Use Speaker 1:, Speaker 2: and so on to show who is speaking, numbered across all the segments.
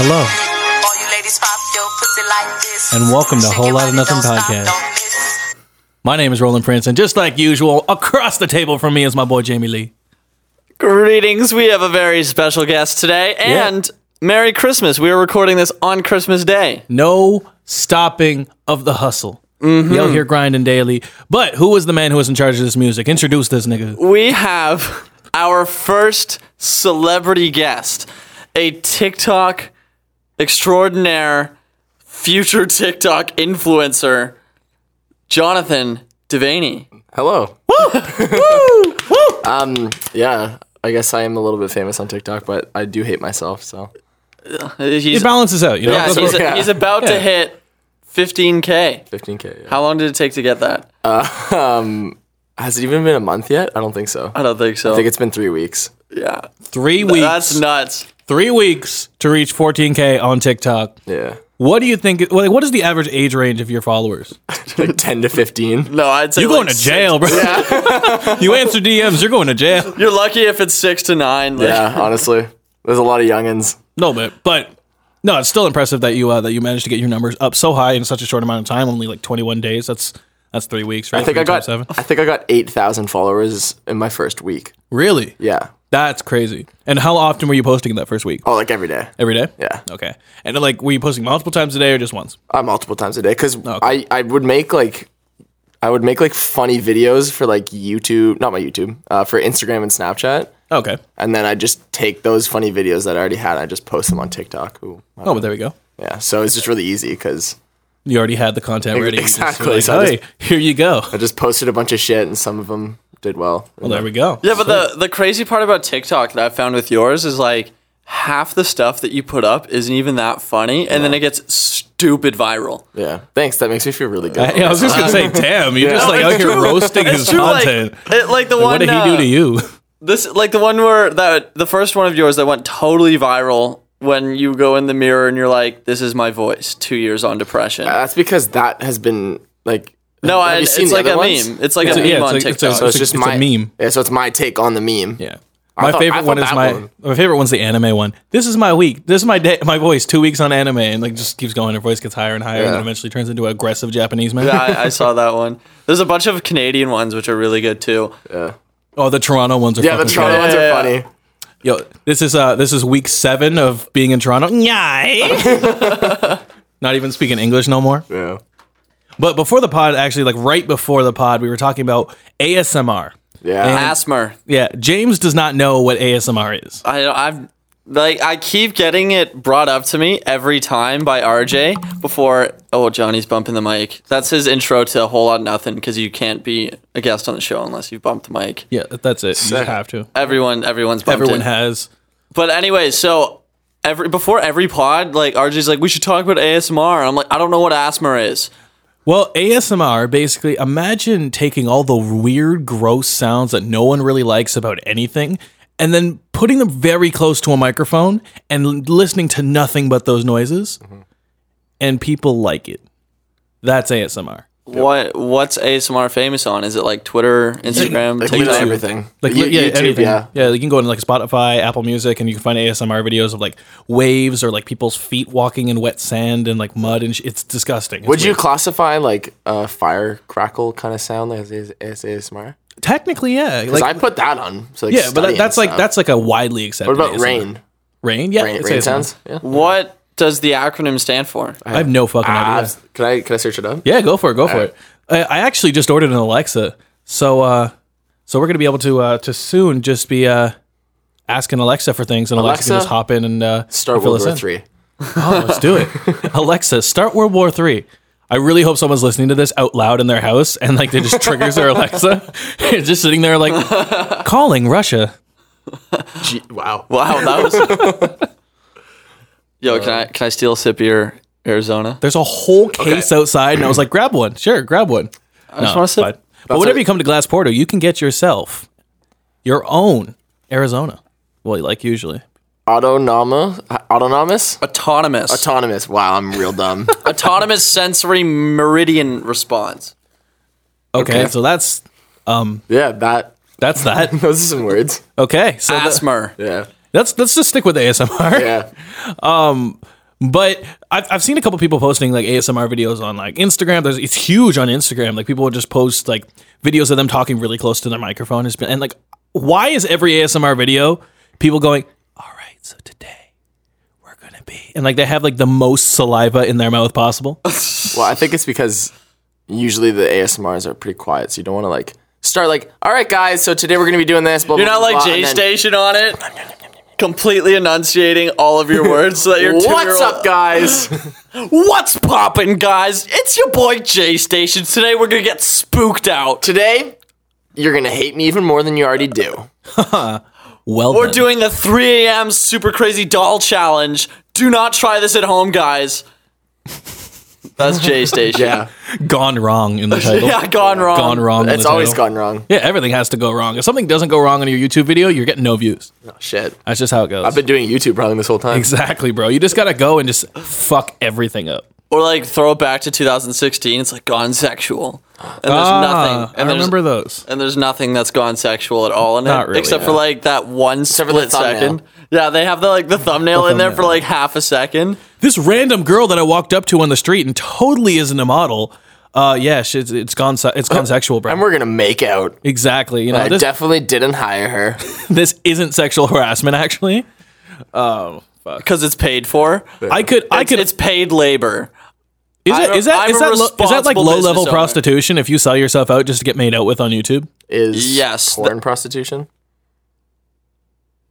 Speaker 1: Hello,
Speaker 2: All you ladies pop your pussy like this.
Speaker 1: and welcome to
Speaker 2: Shake
Speaker 1: Whole
Speaker 2: your
Speaker 1: Lot of
Speaker 2: body,
Speaker 1: Nothing
Speaker 2: don't stop,
Speaker 1: podcast.
Speaker 2: don't miss.
Speaker 1: My name is Roland Prince, and just like usual, across the table from me is my boy Jamie Lee.
Speaker 3: Greetings. We have a very special guest today,
Speaker 1: Yeah.
Speaker 3: and Merry Christmas. We are recording this on Christmas Day.
Speaker 1: No stopping of the hustle.
Speaker 3: Mm-hmm.
Speaker 1: Y'all here grinding daily. But who was the man who was in charge of this music? Introduce this nigga.
Speaker 3: We have our first celebrity guest, a TikTok extraordinaire, future TikTok influencer, Jonathan Devaney.
Speaker 4: Hello. Woo! Um, yeah, I guess I am a little bit famous on TikTok, but I do hate myself, so.
Speaker 1: It
Speaker 3: He's,
Speaker 1: balances out, you know.
Speaker 3: yeah,
Speaker 1: That's
Speaker 3: he's,
Speaker 1: what-
Speaker 4: Yeah.
Speaker 3: he's about to hit 15K.
Speaker 4: 15K. Yeah.
Speaker 3: How long did it take to get that?
Speaker 4: Has it even been a month yet? I don't think so.
Speaker 3: I
Speaker 4: I
Speaker 3: don't think so.
Speaker 4: think it's been three weeks.
Speaker 3: yeah.
Speaker 1: three weeks.
Speaker 3: That's nuts.
Speaker 1: three weeks to reach 14k on TikTok.
Speaker 4: Yeah.
Speaker 1: What do you think? Like, what is the average age range of your followers?
Speaker 4: Like 10 to 15.
Speaker 3: No, I'd say
Speaker 1: You're
Speaker 3: like
Speaker 1: going to jail, bro. you answer DMs, you're going to jail.
Speaker 3: You're lucky if it's six to nine. Like,
Speaker 4: Yeah, honestly. There's a lot of youngins.
Speaker 1: No, but but no, it's still impressive that you uh, that you managed to get your numbers up so high in such a short amount of time, only like 21 days. That's that's three weeks, right?
Speaker 4: I think
Speaker 1: Three
Speaker 4: I
Speaker 1: times
Speaker 4: got
Speaker 1: seven.
Speaker 4: I think I got 8,000 followers in my first week.
Speaker 1: Really?
Speaker 4: Yeah.
Speaker 1: That's crazy. And how often were you posting in that first week?
Speaker 4: Oh, like every day.
Speaker 1: Every day?
Speaker 4: Yeah.
Speaker 1: Okay. And like, were you posting multiple times a day or just once?
Speaker 4: Uh, multiple times a day because
Speaker 1: Oh, okay.
Speaker 4: I, I would make like I would make like funny videos for like YouTube, not my YouTube, uh, for Instagram and Snapchat.
Speaker 1: Okay.
Speaker 4: and then I just take those funny videos that I already had. And I just post them on TikTok. Ooh,
Speaker 1: Oh, but there we go.
Speaker 4: yeah. So it's just really easy because
Speaker 1: You already had the content ready. You just were
Speaker 4: Exactly.
Speaker 1: like,
Speaker 4: So I
Speaker 1: hey, here you go.
Speaker 4: I just posted a bunch of shit, and some of them did well.
Speaker 1: Well, there we go.
Speaker 3: Yeah, but the, the crazy part about TikTok that I found with yours is like half the stuff that you put up isn't even that funny, and then it gets stupid viral.
Speaker 4: yeah. Thanks. That makes me feel really good.
Speaker 1: Yeah, I was just gonna say, damn, you're just like out here roasting his
Speaker 3: True, like,
Speaker 1: content.
Speaker 3: it, like the one
Speaker 1: what did he do
Speaker 3: uh,
Speaker 1: to you?
Speaker 3: This like the one where that the first one of yours that went totally viral when you go in the mirror and you're like, "This is my voice." Two years on depression.
Speaker 1: Uh,
Speaker 4: That's because that has been like.
Speaker 3: no,
Speaker 4: have
Speaker 3: I,
Speaker 4: you
Speaker 3: it's
Speaker 4: seen the
Speaker 3: like
Speaker 4: other
Speaker 3: a
Speaker 4: ones?
Speaker 3: meme. It's like a
Speaker 1: Yeah, it's
Speaker 3: meme on
Speaker 1: like- it's a-
Speaker 3: TikTok.
Speaker 4: So it's, just
Speaker 1: it's a
Speaker 4: my
Speaker 1: meme.
Speaker 4: Yeah, so it's my take on the meme.
Speaker 1: Yeah. My
Speaker 4: thought- I
Speaker 1: favorite
Speaker 4: thought
Speaker 1: one is
Speaker 4: that
Speaker 1: my
Speaker 4: one-
Speaker 1: my favorite one's the anime one. This is my week. This is my day. My voice. Two weeks on anime, and like just keeps going. Her voice gets higher and higher, and
Speaker 4: Yeah.
Speaker 1: then eventually turns into an aggressive Japanese man.
Speaker 3: I, I saw that one. There's a bunch of Canadian ones which are really good too.
Speaker 1: Oh, the Toronto ones are.
Speaker 4: Yeah, the
Speaker 1: fucking
Speaker 4: Toronto
Speaker 1: great.
Speaker 4: ones
Speaker 3: Yeah.
Speaker 4: are funny.
Speaker 1: Yo, this is uh, this is week seven of being in Toronto. Nyah. Not even speaking English no more.
Speaker 4: Yeah.
Speaker 1: But before the pod, actually, like right before the pod, we were talking about ASMR.
Speaker 4: Yeah.
Speaker 3: Asmer.
Speaker 1: Yeah, James does not know what ASMR is.
Speaker 3: I I've like I keep getting it brought up to me every time by RJ before oh Johnny's bumping the mic. That's his intro to a whole lot of nothing because you can't be a guest on the show unless you've bumped the mic.
Speaker 1: Yeah, that's it. You just have to.
Speaker 3: Everyone everyone's bumped
Speaker 1: Everyone
Speaker 3: it.
Speaker 1: has.
Speaker 3: But anyway, so every before every pod, like RJ's like we should talk about ASMR. I'm like I don't know what ASMR is.
Speaker 1: Well, ASMR basically imagine taking all the weird, gross sounds that no one really likes about anything and then putting them very close to a microphone and l- listening to nothing but those noises.
Speaker 4: Mm-hmm.
Speaker 1: And people like it. That's ASMR.
Speaker 3: What what's ASMR famous on? Is it like Twitter, Instagram,
Speaker 4: Like,
Speaker 3: TikTok?
Speaker 4: literally everything.
Speaker 1: Like
Speaker 4: You-
Speaker 1: yeah,
Speaker 4: YouTube,
Speaker 1: anything.
Speaker 4: yeah.
Speaker 1: you can go into like Spotify, Apple Music, and you can find ASMR videos of like waves or like people's feet walking in wet sand and like mud and sh- it's disgusting. It's
Speaker 4: Would you
Speaker 1: weird.
Speaker 4: classify like a fire crackle kind of sound as, as, as ASMR?
Speaker 1: technically yeah, like
Speaker 4: Because I put that on. So like,
Speaker 1: yeah, but that,
Speaker 4: studying
Speaker 1: that's like
Speaker 4: stuff.
Speaker 1: that's like a widely accepted.
Speaker 4: What about
Speaker 1: ASMR.
Speaker 4: rain?
Speaker 1: Rain, yeah,
Speaker 4: Rain,
Speaker 1: it's
Speaker 4: rain
Speaker 1: ASMR.
Speaker 4: sounds. Yeah.
Speaker 3: What does the acronym stand for?
Speaker 1: I have no fucking
Speaker 4: Ah,
Speaker 1: idea.
Speaker 4: can I can I search it up?
Speaker 1: Yeah, go for it. Go for it. I, I actually just ordered an Alexa, so uh, so we're gonna be able to uh, to soon just be uh, asking Alexa for things, and Alexa, can
Speaker 4: Alexa,
Speaker 1: just hop in and uh,
Speaker 4: Start
Speaker 1: and fill
Speaker 4: World
Speaker 1: us
Speaker 4: War
Speaker 1: in.
Speaker 4: Three.
Speaker 1: Oh, let's do it, Alexa. Start World War Three. I really hope someone's listening to this out loud in their house, and like they just triggers their Alexa, It's just sitting there like calling Russia.
Speaker 4: Gee, wow.
Speaker 3: Wow, that was. Yo, can I
Speaker 4: Uh,
Speaker 3: can I steal a sip of your Arizona?
Speaker 1: There's a whole case outside, and I was like, grab one. Sure, grab one. I
Speaker 3: just wanna sip.
Speaker 1: Uh, But whenever you come to Glass Porto, you can get yourself your own Arizona. Well, like usually.
Speaker 4: Autonomous. Autonomous.
Speaker 3: Autonomous.
Speaker 4: Autonomous. Wow, I'm real dumb.
Speaker 3: Autonomous sensory meridian response.
Speaker 1: Okay,
Speaker 4: Okay.
Speaker 1: so that's
Speaker 4: yeah, that.
Speaker 1: that's that.
Speaker 4: Those are some words.
Speaker 1: Okay, so the-
Speaker 3: Asthma.
Speaker 4: Yeah.
Speaker 1: Let's let's just stick with ASMR.
Speaker 4: Yeah.
Speaker 1: But I've, I've seen a couple people posting like ASMR videos on like Instagram. There's, it's huge on Instagram. Like people will just post like videos of them talking really close to their microphone. It's been- And like, why is every ASMR video people going, all right, so today we're going to be, and like they have like the most saliva in their mouth possible.
Speaker 4: Well, I think it's because usually the ASMRs are pretty quiet, so you don't want to like start like, all right, guys, so today we're gonna be doing this. Blah,
Speaker 3: You're
Speaker 4: blah,
Speaker 3: not
Speaker 4: blah,
Speaker 3: like
Speaker 4: blah,"
Speaker 3: J
Speaker 4: and then,
Speaker 3: Station on it, completely enunciating all of your words so that your
Speaker 4: What's
Speaker 3: two-year-old-
Speaker 4: up, guys?
Speaker 3: What's poppin', guys? It's your boy J Station. Today we're gonna get spooked out.
Speaker 4: today, you're gonna hate me even more than you already do.
Speaker 1: Well,
Speaker 3: We're
Speaker 1: then.
Speaker 3: doing the 3 a.m. super crazy doll challenge. Do not try this at home, guys. That's J Station.
Speaker 4: Yeah,
Speaker 1: gone wrong in the title.
Speaker 3: yeah, gone wrong.
Speaker 1: oh, Gone wrong. in
Speaker 4: it's
Speaker 1: the
Speaker 4: always
Speaker 1: title.
Speaker 4: gone wrong.
Speaker 1: Yeah, everything has to go wrong. If something doesn't go wrong on your YouTube video, you're getting no views.
Speaker 4: Oh, shit,
Speaker 1: That's just how it goes.
Speaker 4: I've been doing YouTube probably this whole time.
Speaker 1: exactly, bro. You just gotta go and just fuck everything up.
Speaker 3: Or like throw it back to 2016. It's like gone sexual, and there's nothing. And
Speaker 1: Ah, I
Speaker 3: there's,
Speaker 1: remember those.
Speaker 3: And there's nothing that's gone sexual at all in it,
Speaker 1: Not really,
Speaker 3: except
Speaker 1: yeah.
Speaker 3: for like that one
Speaker 4: for the
Speaker 3: split
Speaker 4: thumbnail.
Speaker 3: second. Yeah, they have the like the thumbnail in there for
Speaker 1: thumbnail.
Speaker 3: like half a second.
Speaker 1: This random girl that I walked up to on the street and totally isn't a model. Uh, yeah, she, it's, it's gone. se- It's gone sexual,
Speaker 4: And
Speaker 1: bro.
Speaker 4: we're gonna make out.
Speaker 1: Exactly. You know,
Speaker 4: I
Speaker 1: this,
Speaker 4: definitely didn't hire her.
Speaker 1: this isn't sexual harassment. Actually,
Speaker 3: because it's paid for.
Speaker 1: I could. I
Speaker 3: It's,
Speaker 1: could.
Speaker 3: it's paid labor.
Speaker 1: is, it,
Speaker 3: I'm a-
Speaker 1: is that
Speaker 3: I'm
Speaker 1: is
Speaker 3: a
Speaker 1: that lo- is that like
Speaker 3: responsible
Speaker 1: low level
Speaker 3: business owner.
Speaker 1: prostitution? If you sell yourself out just to get made out with on YouTube,
Speaker 4: Is
Speaker 3: Yes,
Speaker 4: porn prostitution?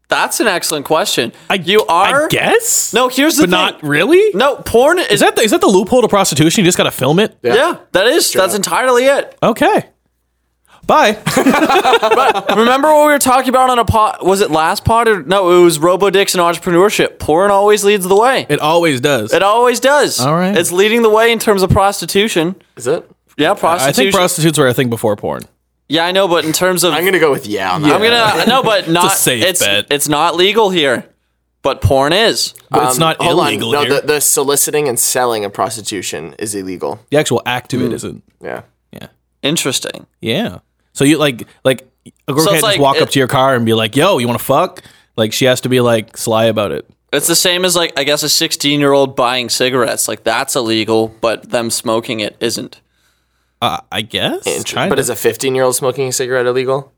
Speaker 3: That's an excellent question.
Speaker 1: I
Speaker 3: you are
Speaker 1: I guess.
Speaker 3: no. Here's the
Speaker 1: but
Speaker 3: thing.
Speaker 1: not really.
Speaker 3: no porn is,
Speaker 1: Is that the, is that the loophole to prostitution? You just gotta film it.
Speaker 3: yeah. that is that's entirely it.
Speaker 1: Okay. Bye.
Speaker 3: Remember what we were talking about on a pot? Was it last pod or no? It was Robo Dicks and entrepreneurship. Porn always leads the way.
Speaker 1: it always does.
Speaker 3: It always does.
Speaker 1: All right.
Speaker 3: it's leading the way in terms of prostitution.
Speaker 4: Is it?
Speaker 3: Yeah,
Speaker 1: I
Speaker 3: prostitution.
Speaker 1: think prostitutes were a thing before porn.
Speaker 3: yeah, I know, but in terms of
Speaker 4: I'm gonna go with yeah. On that.
Speaker 3: I'm gonna no, but not
Speaker 1: safe
Speaker 3: it's
Speaker 1: bet.
Speaker 3: it's not legal here, but porn is.
Speaker 1: But it's not
Speaker 4: Um, Hold
Speaker 1: illegal
Speaker 4: on.
Speaker 1: here.
Speaker 4: No, the, the soliciting and selling of prostitution is illegal.
Speaker 1: the actual act of it isn't.
Speaker 4: Yeah.
Speaker 1: Yeah.
Speaker 3: Interesting.
Speaker 1: Yeah. So you like like a girl
Speaker 3: So
Speaker 1: can't
Speaker 3: it's
Speaker 1: just
Speaker 3: like-
Speaker 1: walk up
Speaker 3: it-
Speaker 1: to your car and be like, "Yo, you want to fuck?" Like she has to be like sly about it.
Speaker 3: It's the same as like I guess a 16 year old buying cigarettes. Like that's illegal, but them smoking it isn't.
Speaker 1: Uh, I guess. Kinda.
Speaker 4: But is a 15 year old smoking a cigarette illegal?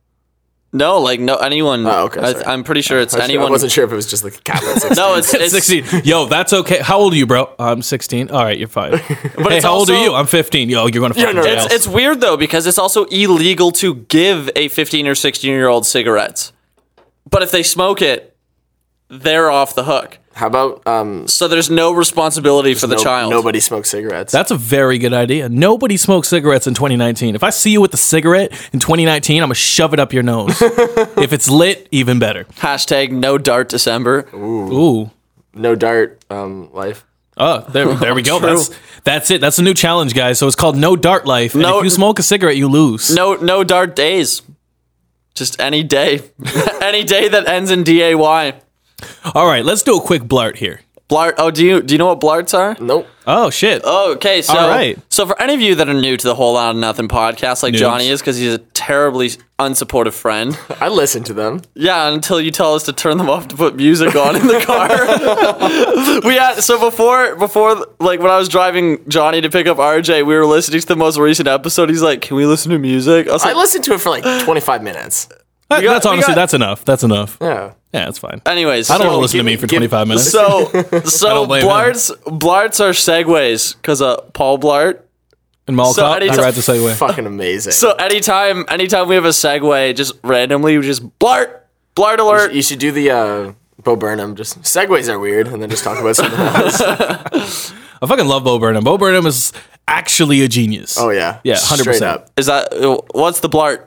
Speaker 3: No, like no anyone.
Speaker 4: Oh, okay, sorry.
Speaker 3: I, am pretty sure it's
Speaker 4: I was- I
Speaker 3: anyone.
Speaker 4: wasn't sure if it was just like a capital. six.
Speaker 3: No, it's, it's
Speaker 1: 16. Yo, that's okay. How old are you, bro? I'm 16. All right, you're fine. but hey,
Speaker 3: it's
Speaker 1: how old are
Speaker 3: also-
Speaker 1: you? I'm 15. Yo, you're going to fucking
Speaker 4: no,
Speaker 1: jail.
Speaker 3: It's, it's weird though because it's also illegal to give a 15 or 16 year old cigarettes, but if they smoke it, they're off the hook.
Speaker 4: How about um,
Speaker 3: So there's no responsibility for the
Speaker 4: no-
Speaker 3: child.
Speaker 4: Nobody smokes cigarettes.
Speaker 1: that's a very good idea. Nobody smokes cigarettes in 2019. If I see you with a cigarette in 2019, I'm going to shove it up your nose. if it's lit, even better.
Speaker 3: Hashtag no dart December.
Speaker 1: Ooh.
Speaker 4: no dart um, life.
Speaker 1: Oh, there, there we go. That's, that's it. That's a new challenge, guys. So it's called No Dart Life. And
Speaker 3: No-
Speaker 1: if you smoke a cigarette, you lose.
Speaker 3: No, no dart days. Just any day, any day that ends in day.
Speaker 1: All right, let's do a quick blart here.
Speaker 3: Blart. Oh, do you do you know what blarts are?
Speaker 4: Nope.
Speaker 1: Oh, shit.
Speaker 3: Oh, okay. So,
Speaker 1: All right.
Speaker 3: so for any of you that are new to the whole lot of nothing podcast, like
Speaker 1: Noobs.
Speaker 3: Johnny is, because he's a terribly unsupportive friend.
Speaker 4: I listen to them.
Speaker 3: Yeah, until you tell us to turn them off to put music on in the car. we had so before before like when I was driving Johnny to pick up RJ, we were listening to the most recent episode. He's like, "Can we listen to music?" I was
Speaker 4: I
Speaker 3: like,
Speaker 4: listened to it for like 25 minutes.
Speaker 1: That-
Speaker 3: got-
Speaker 1: that's
Speaker 3: we
Speaker 1: honestly,
Speaker 3: got-
Speaker 1: that's enough. That's enough. Yeah,
Speaker 4: Yeah.
Speaker 1: that's fine.
Speaker 3: "Anyways,
Speaker 1: I don't
Speaker 3: so-
Speaker 1: want to listen to me for 25 minutes.
Speaker 3: So,
Speaker 1: don't
Speaker 3: so
Speaker 1: blame him.
Speaker 3: Blarts, Blarts are segues because uh, Paul Blart.
Speaker 1: and Mall
Speaker 3: so
Speaker 1: Cop,
Speaker 3: I need
Speaker 1: I
Speaker 3: to-
Speaker 1: ride the same way.
Speaker 4: Fucking amazing.
Speaker 3: So anytime, anytime we have a segue, just randomly, we just Blart, Blart alert.
Speaker 4: you should do the uh, Bo Burnham. Just segues are weird, and then just talk about something else.
Speaker 1: I fucking love Bo Burnham. Bo Burnham is actually a genius.
Speaker 4: Oh yeah.
Speaker 1: Yeah, 100%.
Speaker 4: Straight up.
Speaker 3: Is that what's the Blart?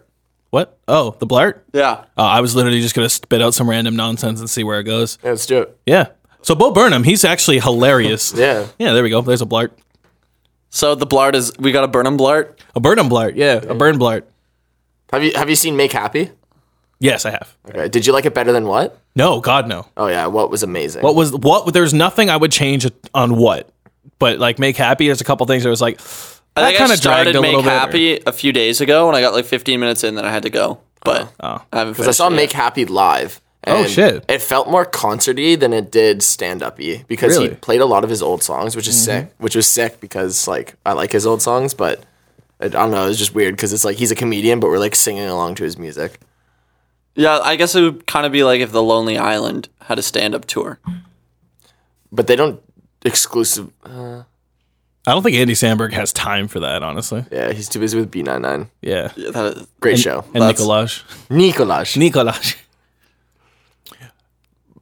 Speaker 1: What? Oh, the blart?
Speaker 3: Yeah,
Speaker 1: Uh, I was literally just going to spit out some random nonsense and see where it goes.
Speaker 4: Yeah, let's do it.
Speaker 1: Yeah. So Bo Burnham, he's actually hilarious.
Speaker 4: Yeah.
Speaker 1: Yeah, there we go. There's a blart.
Speaker 3: So the blart is we got a Burnham blart.
Speaker 1: A Burnham blart. Yeah, a burn blart.
Speaker 4: Have you Have you seen Make Happy?
Speaker 1: Yes, I have.
Speaker 4: Okay. Did you like it better than what?
Speaker 1: No, God, no.
Speaker 4: Oh yeah. What was amazing?
Speaker 1: What was what? There's nothing I would change on what, but like make happy. There's a couple things that was like
Speaker 3: I
Speaker 1: that
Speaker 3: think I
Speaker 1: kind of
Speaker 3: started
Speaker 1: dragged a
Speaker 3: Make
Speaker 1: little bit.
Speaker 3: Happy a few days ago, and I got like 15 minutes in, then I had to go. But I haven't.
Speaker 4: I
Speaker 3: Finished
Speaker 4: saw
Speaker 3: it yet.
Speaker 4: Make Happy live,
Speaker 1: Oh,
Speaker 4: And
Speaker 1: shit.
Speaker 4: It felt more concerty than it did stand up y because he
Speaker 1: Really? Mm-hmm.
Speaker 4: played a lot of his old songs, which is sick. Which was sick because like I like his old songs, but I I don't know. It's just weird because it's like he's a comedian, but we're like singing along to his music.
Speaker 3: Yeah, I guess it would kind of be like if the Lonely Island had a stand-up tour.
Speaker 4: But they don't exclusive.
Speaker 1: I don't think Andy Sandberg has time for that, honestly.
Speaker 4: Yeah, he's too busy with B99.
Speaker 1: Yeah.
Speaker 3: Yeah, that is-
Speaker 4: Great show.
Speaker 1: And
Speaker 3: That's-
Speaker 1: Nicolaj.
Speaker 4: Nicolaj.
Speaker 1: Nicolaj.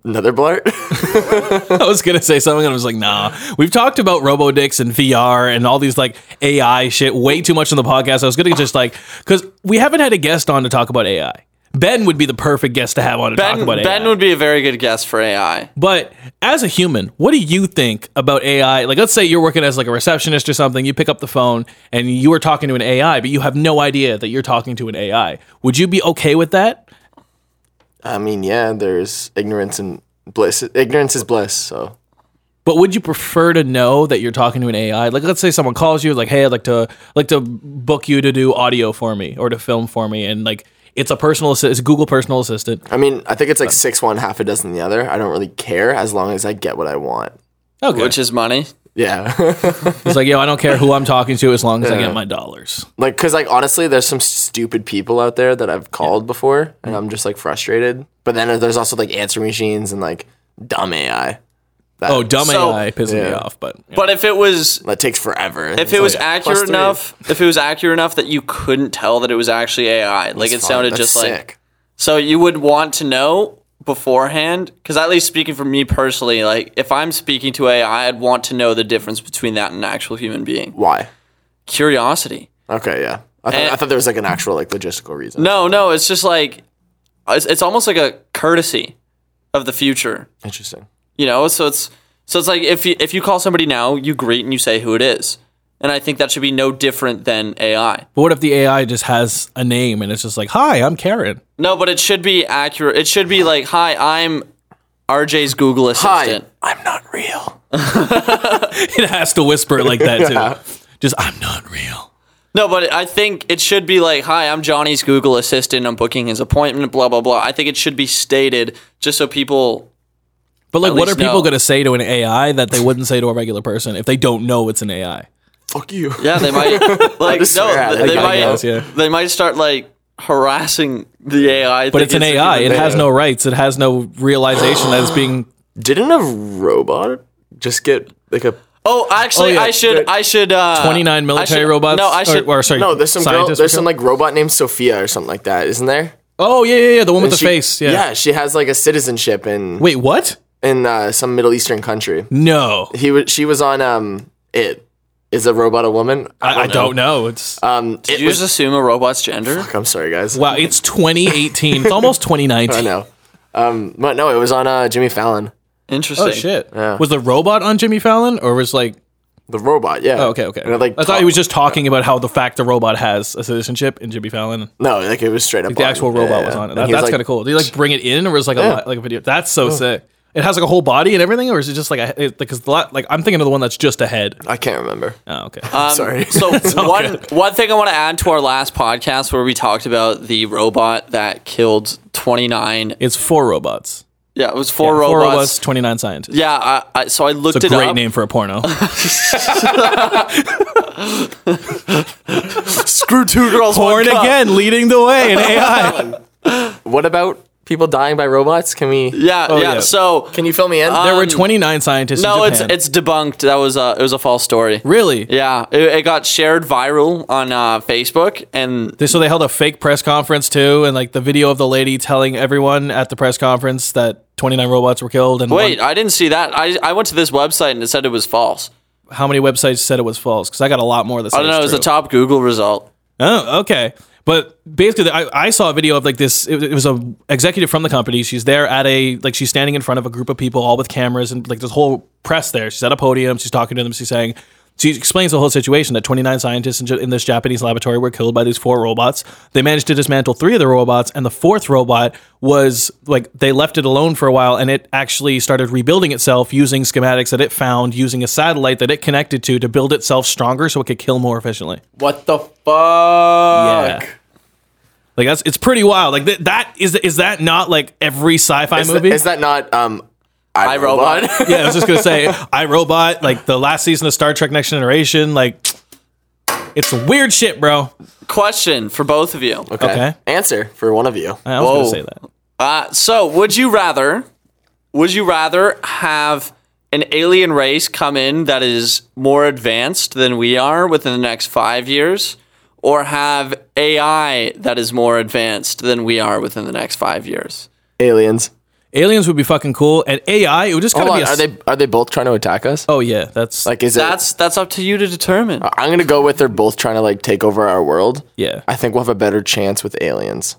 Speaker 4: Another blurt.
Speaker 1: I was gonna say something, and I was like, "Nah." We've talked about RoboDicks and VR and all these like AI shit way too much on the podcast. I was gonna just like, because we haven't had a guest on to talk about AI. Ben would be the perfect guest to have on to talk
Speaker 3: Ben,
Speaker 1: about
Speaker 3: ben
Speaker 1: AI.
Speaker 3: would be a very good guess for AI.
Speaker 1: but as a human, what do you think about AI? Like, let's say you're working as like a receptionist or something. You pick up the phone and you are talking to an AI, but you have no idea that you're talking to an AI. Would you be okay with that?
Speaker 4: I mean, yeah, there's ignorance and bliss. Ignorance is bliss. So
Speaker 1: But would you prefer to know that you're talking to an AI? Like, let's say someone calls you, like, "Hey, I'd like to like to book you to do audio for me or to film for me," and like, it's a personal, assi- it's a Google personal assistant.
Speaker 4: I mean, I think it's like six one, half a dozen the other. I don't really care as long as I get what I want.
Speaker 1: Okay,
Speaker 3: Which is money.
Speaker 4: Yeah,
Speaker 1: it's like, yo, I don't care who I'm talking to as long as I get my dollars.
Speaker 4: like because like honestly, there's some stupid people out there that I've called before, and I'm just like frustrated. But then there's also like answer machines and like dumb AI. That,
Speaker 1: Oh, dumb
Speaker 3: So-
Speaker 1: AI pisses me
Speaker 4: Yeah.
Speaker 1: off, but
Speaker 3: But if it was
Speaker 4: that takes forever.
Speaker 3: if it was accurate enough, if it was accurate enough that you couldn't tell that it was actually AI, like it sounded just like So you would want to know beforehand, because at least speaking for me personally, like if I'm speaking to AI, I'd want to know the difference between that and an actual human being.
Speaker 4: why?
Speaker 3: Curiosity.
Speaker 4: Okay, yeah. I, thought
Speaker 3: And-
Speaker 4: I thought there was like an actual like logistical reason.
Speaker 3: No, no, it's just like it's, it's almost like a courtesy of the future,
Speaker 4: Interesting.
Speaker 3: you know. So it's so it's like if you if you call somebody now, you greet and you say who it is, and I think that should be no different than AI.
Speaker 1: but what if the AI just has a name and it's just like, "Hi, I'm Karen."
Speaker 3: No, but it should be accurate. It should be like, "Hi, I'm RJ's Google
Speaker 4: Hi,
Speaker 3: assistant."
Speaker 4: I'm not real.
Speaker 1: It has to whisper like that too. Just, I'm not real.
Speaker 3: No, but I think it should be like, "Hi, I'm Johnny's Google assistant. I'm booking his appointment." Blah blah blah. I think it should be stated just so people.
Speaker 1: But like,
Speaker 3: At
Speaker 1: what are
Speaker 3: least
Speaker 1: people
Speaker 3: no.
Speaker 1: gonna say to an AI that they wouldn't say to a regular person if they don't know it's an AI?
Speaker 4: Fuck you.
Speaker 3: Yeah, they might like
Speaker 4: just swear at
Speaker 3: no,
Speaker 4: it,
Speaker 3: they,
Speaker 4: I
Speaker 3: might
Speaker 1: guess, yeah.
Speaker 3: they might start like harassing the AI.
Speaker 1: But it's an AI. It has
Speaker 4: Yeah.
Speaker 1: no rights. It has no realization that it's being.
Speaker 4: Didn't a robot just get like a
Speaker 3: oh, actually,
Speaker 1: Oh, yeah,
Speaker 3: I should I should uh,
Speaker 1: Twenty nine military
Speaker 3: I should-
Speaker 1: robots.
Speaker 3: No, I should.
Speaker 1: Or, or, sorry,
Speaker 4: Oh, no? There's some girl,
Speaker 1: scientists
Speaker 4: there's
Speaker 1: or
Speaker 4: some
Speaker 1: something?
Speaker 4: like robot named Sophia or something like that, isn't there?
Speaker 1: Oh yeah, yeah, yeah. The one with
Speaker 4: And
Speaker 1: the
Speaker 4: she-
Speaker 1: face. Yeah.
Speaker 4: yeah, she has like a citizenship in
Speaker 1: Wait, what?
Speaker 4: in uh, some Middle Eastern country.
Speaker 1: No,
Speaker 4: He was she was on um it is a robot a woman?
Speaker 1: I, I don't know. It's
Speaker 4: Um, it
Speaker 3: you
Speaker 4: was,
Speaker 3: just assume a robot's gender.
Speaker 4: I'm sorry guys.
Speaker 1: wow. It's twenty eighteen. It's almost twenty
Speaker 4: I
Speaker 1: nineteen.
Speaker 4: know. Um, but no, it was on uh, Jimmy Fallon.
Speaker 3: Interesting.
Speaker 1: Oh shit. Was the robot on Jimmy Fallon or was like?
Speaker 4: The robot, yeah.
Speaker 1: Oh, okay, okay.
Speaker 4: And it, like,
Speaker 1: I thought
Speaker 4: talk-
Speaker 1: he was just talking about how the fact the robot has a citizenship in Jimmy Fallon.
Speaker 4: no, like it was straight up
Speaker 1: The
Speaker 4: on-
Speaker 1: actual
Speaker 4: yeah,
Speaker 1: robot
Speaker 4: yeah.
Speaker 1: was on it.
Speaker 4: And
Speaker 1: That-
Speaker 4: he
Speaker 1: that's
Speaker 4: was, like,
Speaker 1: kind of cool. Do you like bring it in, or is it like a li- like a video? That's so sick. It has like a whole body and everything, or is it just like a because like I'm thinking of the one that's just a head.
Speaker 4: I can't remember.
Speaker 1: Oh, okay.
Speaker 3: Um,
Speaker 4: Sorry.
Speaker 3: So one one thing I want to add to our last podcast where we talked about the robot that killed 29.
Speaker 1: It's four robots.
Speaker 3: Yeah, it was four
Speaker 1: Four
Speaker 3: robots.
Speaker 1: robots, 29 scientists.
Speaker 3: Yeah, I, I, so I looked
Speaker 1: It's a
Speaker 3: it
Speaker 1: great
Speaker 4: um,
Speaker 3: up.
Speaker 1: name for a porno.
Speaker 4: Screw two girls.
Speaker 1: Born again, leading the way in AI.
Speaker 4: What about people dying by robots? Can we?
Speaker 3: Yeah, yeah,
Speaker 1: Oh, yeah.
Speaker 3: So
Speaker 4: Can you fill me in? Um,
Speaker 1: there were 29 scientists.
Speaker 3: no,
Speaker 1: in
Speaker 3: it's
Speaker 1: Japan.
Speaker 3: it's debunked. That was a it was a false story.
Speaker 1: really.
Speaker 3: Yeah, it, it got shared viral on uh, Facebook, and
Speaker 1: They- So they held a fake press conference too, and like the video of the lady telling everyone at the press conference that 29 robots were killed. And one-
Speaker 3: wait, I didn't see that. I I went to this website and it said it was false.
Speaker 1: how many websites said it was false? Because I got a lot more. That
Speaker 3: I don't know. It was the top Google result.
Speaker 1: Oh, okay. But basically, I, I saw a video of like this. It, it was a executive from the company. She's there at a like she's standing in front of a group of people, all with cameras and like this whole press there. She's at a podium. She's talking to them. She's saying she explains the whole situation that 29 scientists in, Ja- in this Japanese laboratory were killed by these four robots. They managed to dismantle three of the robots, and the fourth robot was like they left it alone for a while, and it actually started rebuilding itself using schematics that it found using a satellite that it connected to to build itself stronger so it could kill more efficiently.
Speaker 4: What the fuck?
Speaker 1: Yeah. Like that's it's pretty wild. Like th- that is is that not like every sci-fi
Speaker 4: Is, that-
Speaker 1: movie?
Speaker 4: is that not um, I,
Speaker 3: iRobot.
Speaker 4: Robot?
Speaker 1: yeah, I was just gonna say I Robot, like the last season of Star Trek Next Generation, like it's some weird shit, bro.
Speaker 3: Question for both of you.
Speaker 4: Okay.
Speaker 1: Okay.
Speaker 4: Answer for one of you.
Speaker 1: I was
Speaker 3: Whoa.
Speaker 1: gonna say that.
Speaker 3: Uh, so, would you rather? Would you rather have an alien race come in that is more advanced than we are within the next five years, or have AI that is more advanced than we are within the next five years?
Speaker 4: Aliens.
Speaker 1: Aliens would be fucking cool, and AI it would just kind
Speaker 4: Hold
Speaker 1: of
Speaker 4: on.
Speaker 1: be. A,
Speaker 4: Are
Speaker 1: s-
Speaker 4: they are they both trying to attack us?
Speaker 1: oh yeah, that's like
Speaker 4: Like is it?
Speaker 3: That's that's up to you to determine.
Speaker 1: Uh,
Speaker 4: I'm gonna go with they're both trying to like take over our world.
Speaker 1: yeah.
Speaker 4: I think we'll have a better chance with aliens.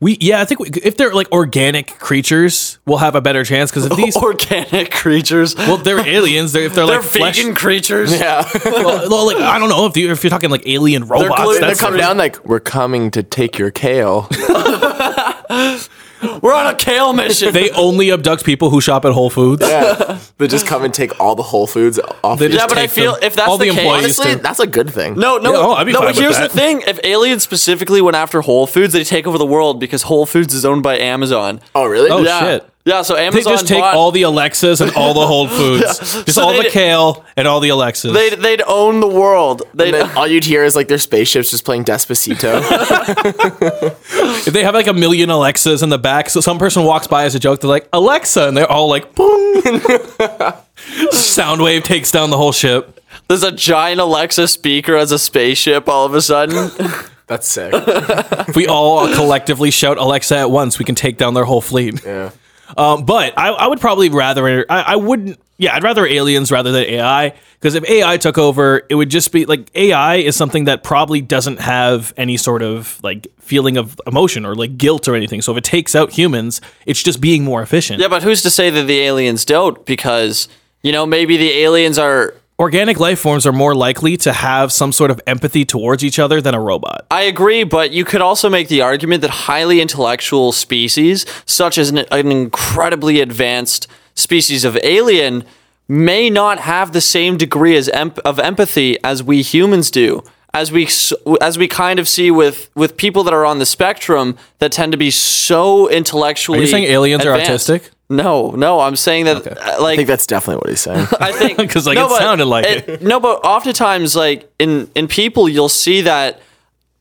Speaker 1: We yeah, I think we, if they're like organic creatures, we'll have a better chance because if these
Speaker 3: Organic creatures.
Speaker 1: well, they're aliens. They're if they're,
Speaker 3: they're
Speaker 1: like flesh.
Speaker 3: vegan creatures.
Speaker 4: Yeah.
Speaker 1: Well, well, like I don't know if you if you're talking like alien robots.
Speaker 3: glued-
Speaker 4: They
Speaker 1: that's
Speaker 4: come down like we're coming to take your kale.
Speaker 3: We're on a kale mission.
Speaker 1: They only abduct people who shop at Whole Foods.
Speaker 4: they just come and take all the Whole Foods off.
Speaker 1: They
Speaker 4: you.
Speaker 1: just
Speaker 3: Yeah, but I
Speaker 1: take
Speaker 3: feel
Speaker 1: them.
Speaker 3: if that's
Speaker 1: all the,
Speaker 3: the case-
Speaker 1: employees
Speaker 4: honestly,
Speaker 1: do.
Speaker 4: that's a good thing.
Speaker 3: No, no,
Speaker 1: Yeah, oh, I'd be
Speaker 3: no.
Speaker 1: fine
Speaker 3: But
Speaker 1: with
Speaker 3: here's
Speaker 1: that.
Speaker 3: the thing: if aliens specifically went after Whole Foods, they take over the world because Whole Foods is owned by Amazon.
Speaker 4: Oh really?
Speaker 1: oh
Speaker 3: yeah.
Speaker 1: shit.
Speaker 3: Yeah, so
Speaker 1: They
Speaker 3: Amazon
Speaker 1: just take
Speaker 3: bought-
Speaker 1: all the Alexas and all the Whole Foods, just
Speaker 3: So
Speaker 1: all the
Speaker 3: they'd-
Speaker 1: kale and all the Alexas.
Speaker 3: They'd, they'd own the world. They'd,
Speaker 4: And then all you'd hear is like their spaceships just playing Despacito.
Speaker 1: if they have like a million Alexas in the back, so some person walks by as a joke, they're like Alexa, and they're all like boom. Soundwave takes down the whole ship.
Speaker 3: there's a giant Alexa speaker as a spaceship all of a sudden.
Speaker 4: That's sick.
Speaker 1: If we all collectively shout Alexa at once, we can take down their whole fleet.
Speaker 4: Yeah.
Speaker 1: Um, but I, I would probably rather I, I wouldn't. Yeah, I'd rather aliens rather than AI because if AI took over, it would just be like AI is something that probably doesn't have any sort of like feeling of emotion or like guilt or anything. So if it takes out humans, it's just being more efficient.
Speaker 3: yeah, but who's to say that the aliens don't? Because, you know, maybe the aliens are.
Speaker 1: Organic life forms are more likely to have some sort of empathy towards each other than a robot.
Speaker 3: I agree, but you could also make the argument that highly intellectual species, such as an, an incredibly advanced species of alien, may not have the same degree as emp- of empathy as we humans do. As we s- as we kind of see with with people that are on the spectrum that tend to be so intellectually.
Speaker 1: Are you saying aliens are
Speaker 3: advanced.
Speaker 1: autistic?
Speaker 3: No, no, I'm saying that uh,
Speaker 4: I
Speaker 3: like
Speaker 4: think that's definitely what he's saying.
Speaker 3: I think
Speaker 1: 'Cause, like, it
Speaker 3: but
Speaker 1: sounded like it.
Speaker 3: No, but oftentimes, like in in people, you'll see that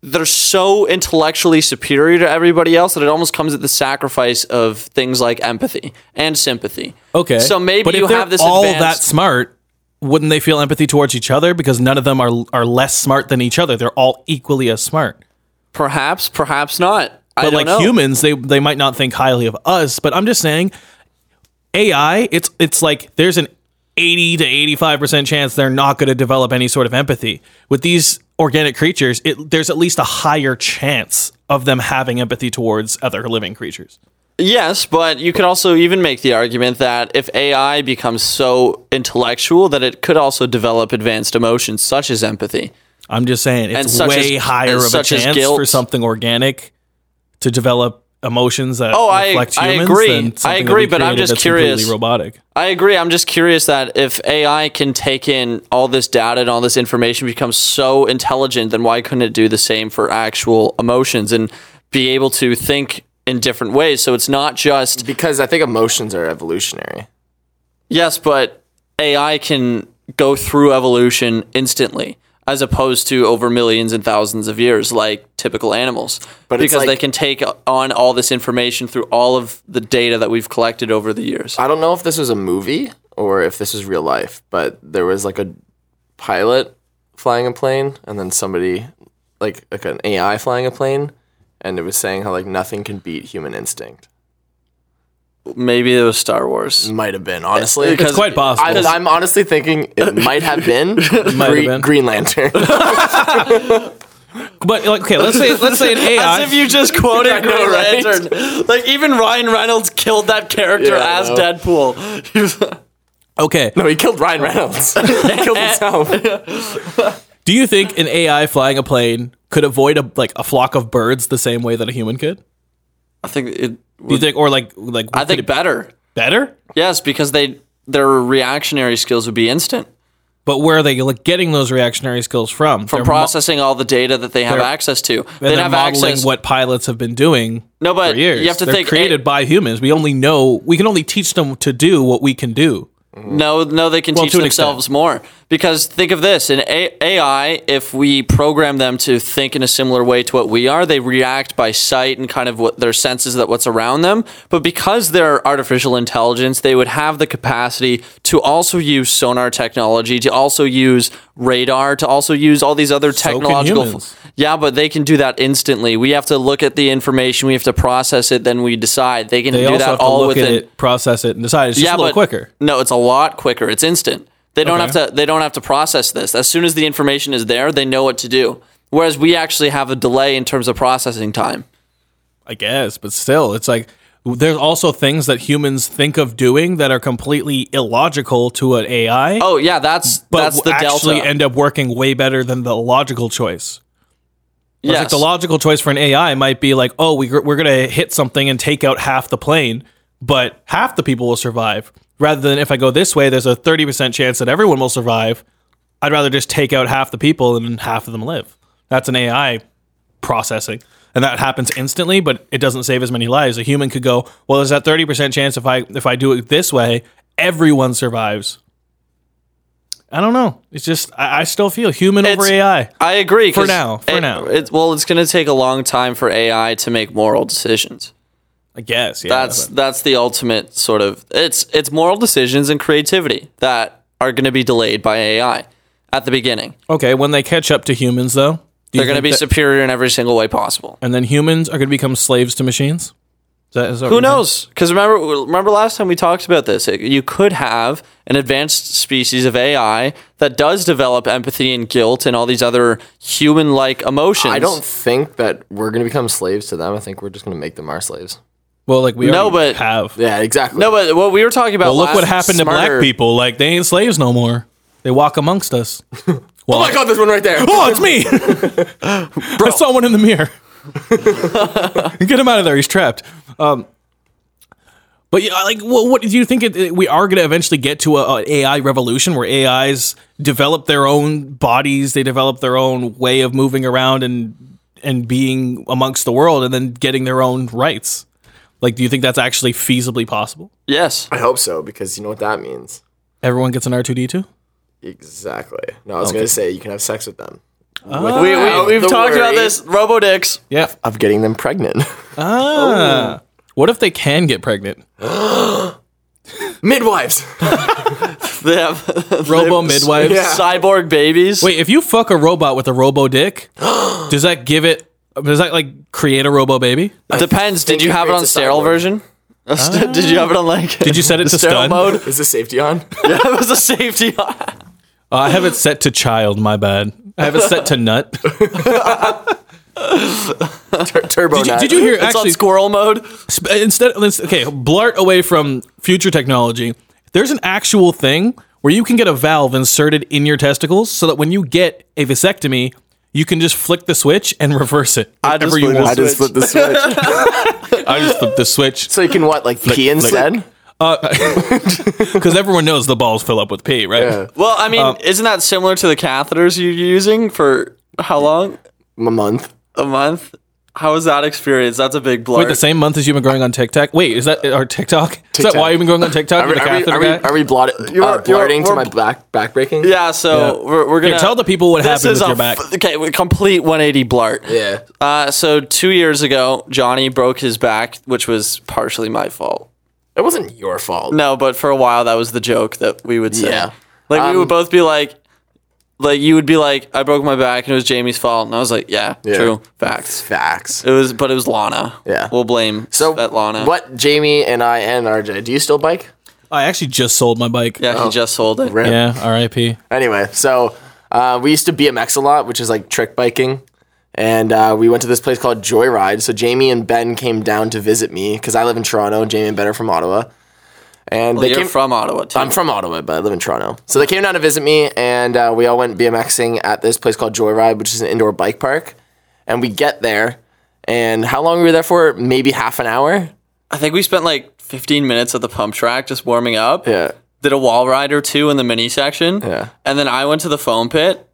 Speaker 3: they're so intellectually superior to everybody else that it almost comes at the sacrifice of things like empathy and sympathy.
Speaker 1: Okay.
Speaker 3: So maybe
Speaker 1: but
Speaker 3: you
Speaker 1: if they're
Speaker 3: have this
Speaker 1: all that
Speaker 3: advanced-
Speaker 1: smart, wouldn't they feel empathy towards each other because none of them are are less smart than each other? They're all equally as smart.
Speaker 3: perhaps, perhaps not.
Speaker 1: but
Speaker 3: I don't
Speaker 1: like
Speaker 3: know.
Speaker 1: humans they they might not think highly of us but i'm just saying ai it's it's like there's an 80 to 85% chance they're not going to develop any sort of empathy with these organic creatures it, there's at least a higher chance of them having empathy towards other living creatures
Speaker 3: Yes, but you could also even make the argument that if AI becomes so intellectual that it could also develop advanced emotions such as empathy.
Speaker 1: i'm just saying
Speaker 3: And
Speaker 1: it's
Speaker 3: such
Speaker 1: way
Speaker 3: as-
Speaker 1: higher
Speaker 3: and
Speaker 1: of a
Speaker 3: such as
Speaker 1: chance
Speaker 3: guilt.
Speaker 1: for something organic to develop emotions that
Speaker 3: Oh, I-
Speaker 1: reflect
Speaker 3: I
Speaker 1: humans
Speaker 3: agree.
Speaker 1: than
Speaker 3: I
Speaker 1: something that
Speaker 3: agree,
Speaker 1: we
Speaker 3: but I'm
Speaker 1: created
Speaker 3: just
Speaker 1: that's completely
Speaker 3: curious.
Speaker 1: robotic
Speaker 3: I agree. I'm just curious that if AI can take in all this data and all this information, become so intelligent, then why couldn't it do the same for actual emotions and be able to think in different ways? So it's not just
Speaker 4: because I think emotions are evolutionary.
Speaker 3: yes, but AI can go through evolution instantly, as opposed to over millions and thousands of years, like typical animals,
Speaker 4: But it's
Speaker 3: because
Speaker 4: like-
Speaker 3: they can take on all this information through all of the data that we've collected over the years.
Speaker 4: I don't know if this was a movie or if this was real life, but there was like a pilot flying a plane and then somebody like like an AI flying a plane and it was saying how like nothing can beat human instinct.
Speaker 3: Maybe it was Star Wars.
Speaker 4: Might have been, honestly.
Speaker 1: it's quite possible
Speaker 4: I, I'm honestly thinking it might have been, Gre-
Speaker 1: been.
Speaker 4: Green Lantern.
Speaker 1: but like, okay let's say let's say an ai
Speaker 3: As if you just quoted Green
Speaker 4: right?
Speaker 3: Lantern. Like even Ryan Reynolds killed that character
Speaker 4: Yeah, I
Speaker 3: as
Speaker 4: know.
Speaker 3: Deadpool. He was-
Speaker 1: okay
Speaker 4: no, he killed Ryan Reynolds. he killed himself.
Speaker 1: Do you think an AI flying a plane could avoid a like a flock of birds the same way that a human could?
Speaker 3: I think it.
Speaker 1: Do you think, or like like
Speaker 3: I think better.
Speaker 1: better?
Speaker 3: Yes, because they their reactionary skills would be instant.
Speaker 1: But where are they like, getting those reactionary skills from?
Speaker 3: From
Speaker 1: They're mo-
Speaker 3: processing all the data that they have
Speaker 1: They're-
Speaker 3: access to.
Speaker 1: and
Speaker 3: They
Speaker 1: they're
Speaker 3: have
Speaker 1: modeling
Speaker 3: access.
Speaker 1: what pilots have been doing
Speaker 3: no, but
Speaker 1: for years.
Speaker 3: you have to
Speaker 1: they're
Speaker 3: think. eh,
Speaker 1: created by humans. We only know we can only teach them to do what we can do.
Speaker 3: No, no, they can
Speaker 1: Well,
Speaker 3: teach
Speaker 1: to an
Speaker 3: themselves more because think of this: in A- AI, if we program them to think in a similar way to what we are, they react by sight and kind of what their senses that what's around them. But because they're artificial intelligence, they would have the capacity to also use sonar technology, to also use radar, to also use all these other
Speaker 1: can
Speaker 3: technological.
Speaker 1: humans.
Speaker 3: yeah, but they can do that instantly. We have to look at the information, we have to process it, then we decide. They can
Speaker 1: They
Speaker 3: do
Speaker 1: also
Speaker 3: that
Speaker 1: have to
Speaker 3: all
Speaker 1: look
Speaker 3: within
Speaker 1: at it, process it, and decide. It's just a little quicker.
Speaker 3: no, it's a lot quicker. It's instant. They don't
Speaker 1: Okay.
Speaker 3: have to. They don't have to process this. As soon as the information is there, they know what to do. Whereas we actually have a delay in terms of processing time.
Speaker 1: I guess, but still, it's like there's also things that humans think of doing that are completely illogical to an AI,
Speaker 3: Oh yeah, that's
Speaker 1: but
Speaker 3: that's the
Speaker 1: actually
Speaker 3: delta.
Speaker 1: end up working way better than the logical choice. Whereas,
Speaker 3: yes.
Speaker 1: Like the logical choice for an AI might be like, oh, we, gr- we're going to hit something and take out half the plane, but half the people will survive. Rather than if I go this way, there's a 30% chance that everyone will survive. I'd rather just take out half the people and then half of them live. That's an AI processing. And that happens instantly, but it doesn't save as many lives. A human could go, well, there's that 30% chance if I if I do it this way, everyone survives. I don't know. It's just I, I still feel human over
Speaker 3: It's-
Speaker 1: AI.
Speaker 3: I agree.
Speaker 1: For
Speaker 3: 'cause
Speaker 1: now, for
Speaker 3: it-
Speaker 1: now.
Speaker 3: It's, well, it's going to take a long time for AI to make moral decisions.
Speaker 1: I guess. Yeah.
Speaker 3: That's
Speaker 1: but-
Speaker 3: that's the ultimate sort of it's it's moral decisions and creativity that are going to be delayed by AI at the beginning.
Speaker 1: Okay, when they catch up to humans, though, do you
Speaker 3: They're going to
Speaker 1: think
Speaker 3: be
Speaker 1: that-
Speaker 3: superior in every single way possible.
Speaker 1: and then humans are going to become slaves to machines. Is that, is that
Speaker 3: Who knows? Because remember, remember last time we talked about this. It- You could have an advanced species of AI that does develop empathy and guilt and all these other human-like emotions.
Speaker 4: I don't think that we're gonna become slaves to them. I think we're just gonna make them our slaves.
Speaker 1: Well, like we
Speaker 3: No,
Speaker 1: already
Speaker 3: but-
Speaker 1: have.
Speaker 4: Yeah, exactly.
Speaker 3: No, but what we were talking about.
Speaker 1: Well, look
Speaker 3: last-
Speaker 1: what happened to
Speaker 3: smarter-
Speaker 1: black people. Like they ain't slaves no more. They walk amongst us. Well, oh
Speaker 4: I got this one right there.
Speaker 1: Oh, it's me. I saw one in the mirror. Get him out of there. He's trapped. Um, but yeah, like, what, what do you think? It, it- we are going to eventually get to a, a AI revolution where AIs develop their own bodies, they develop their own way of moving around and and being amongst the world, and then getting their own rights. Like, do you think that's actually feasibly possible?
Speaker 3: Yes.
Speaker 4: I hope so because you know what that means.
Speaker 1: Everyone gets an R two D two.
Speaker 4: Exactly. No, I was gonna say you can have sex with them.
Speaker 1: Ah.
Speaker 3: We,
Speaker 4: Without
Speaker 3: we,
Speaker 4: the
Speaker 3: we've talked about
Speaker 4: worry
Speaker 3: this. Robodicks.
Speaker 1: Yeah.
Speaker 4: of getting them pregnant.
Speaker 1: Ah. What if they can get pregnant?
Speaker 4: Midwives.
Speaker 3: They have
Speaker 1: Robo midwives.
Speaker 4: Yeah.
Speaker 3: cyborg babies.
Speaker 1: Wait, if you fuck a robot with a robo dick, does that give it? Does that like create a robo baby?
Speaker 3: Depends. Did
Speaker 4: think
Speaker 3: you
Speaker 4: it
Speaker 3: have it on
Speaker 4: creates a
Speaker 3: sterile
Speaker 4: cyborg.
Speaker 3: version? Did you have it on like?
Speaker 1: Ah. Did you set it to
Speaker 3: sterile
Speaker 1: stun?
Speaker 3: mode?
Speaker 4: Is the safety on?
Speaker 3: yeah, it was a safety.
Speaker 1: Uh, I have it set to child. My bad. I have it set to nut.
Speaker 4: Tur- turbo.
Speaker 1: Did you,
Speaker 4: nut.
Speaker 1: did you hear?
Speaker 3: It's on
Speaker 1: Actually,
Speaker 3: squirrel mode.
Speaker 1: sp- instead, let's, okay, blart away from future technology. There's an actual thing where you can get a valve inserted in your testicles so that when you get a vasectomy, you can just flick the switch and reverse it
Speaker 3: I just
Speaker 1: whenever you
Speaker 3: flicked the
Speaker 1: want.
Speaker 4: I just flipped the switch.
Speaker 1: I just flip the switch.
Speaker 4: so you can what, like pee instead?
Speaker 1: Because everyone knows the balls fill up with pee, right?
Speaker 3: Well, I
Speaker 1: Uh,
Speaker 3: mean, isn't that similar to the catheters you're using for how long?
Speaker 4: a month.
Speaker 3: A month? How was that experience? That's a big blur.
Speaker 1: Wait, the same month as you've been growing on TikTok? Wait, is that or TikTok? Is that
Speaker 4: TikTok.
Speaker 1: why you've been growing on TikTok
Speaker 4: Are
Speaker 1: with
Speaker 4: we,
Speaker 1: a
Speaker 4: are we,
Speaker 1: catheter
Speaker 4: are we,
Speaker 1: guy?
Speaker 4: are we blot, uh,
Speaker 3: you're-
Speaker 4: blotting to
Speaker 3: we're-
Speaker 4: my back back breaking?
Speaker 3: yeah, so We're, we're gonna
Speaker 1: Here, tell the people what
Speaker 3: This
Speaker 1: happened
Speaker 3: is
Speaker 1: with
Speaker 3: a
Speaker 1: your back.
Speaker 3: f- okay, we- complete 180 blart.
Speaker 4: Yeah.
Speaker 3: Uh, so two years ago, Johnny broke his back, which was partially my fault.
Speaker 4: It wasn't your fault.
Speaker 3: No, but for a while that was the joke that we would say.
Speaker 4: Yeah. Um,
Speaker 3: Like we would both be like, like you would be like, I broke my back and it was Jamie's fault, and I was like, yeah, true, facts.
Speaker 4: Facts.
Speaker 3: It was, but it was Lana.
Speaker 4: Yeah.
Speaker 3: we'll blame
Speaker 4: So
Speaker 3: at Lana.
Speaker 4: what Jamie and I and RJ, do you still bike?
Speaker 1: I actually just sold my bike.
Speaker 3: Yeah,
Speaker 4: Oh.
Speaker 3: he just sold it.
Speaker 4: Rip.
Speaker 1: Yeah, R.I.P.
Speaker 4: Anyway, so uh, we used to BMX a lot, which is like trick biking. And uh, we went to this place called Joyride. So Jamie and Ben came down to visit me because I live in Toronto. Jamie and Ben are from Ottawa. And they
Speaker 3: You're
Speaker 4: came
Speaker 3: from Ottawa, too.
Speaker 4: I'm from Ottawa, but I live in Toronto. So they came down to visit me, and uh, we all went BMXing at this place called Joyride, which is an indoor bike park. And we get there, and how long were we there for? Maybe half an hour.
Speaker 3: I think we spent like 15 minutes at the pump track just warming up.
Speaker 4: Yeah.
Speaker 3: did a wall ride or two in the mini section.
Speaker 4: Yeah.
Speaker 3: And then I went to the foam pit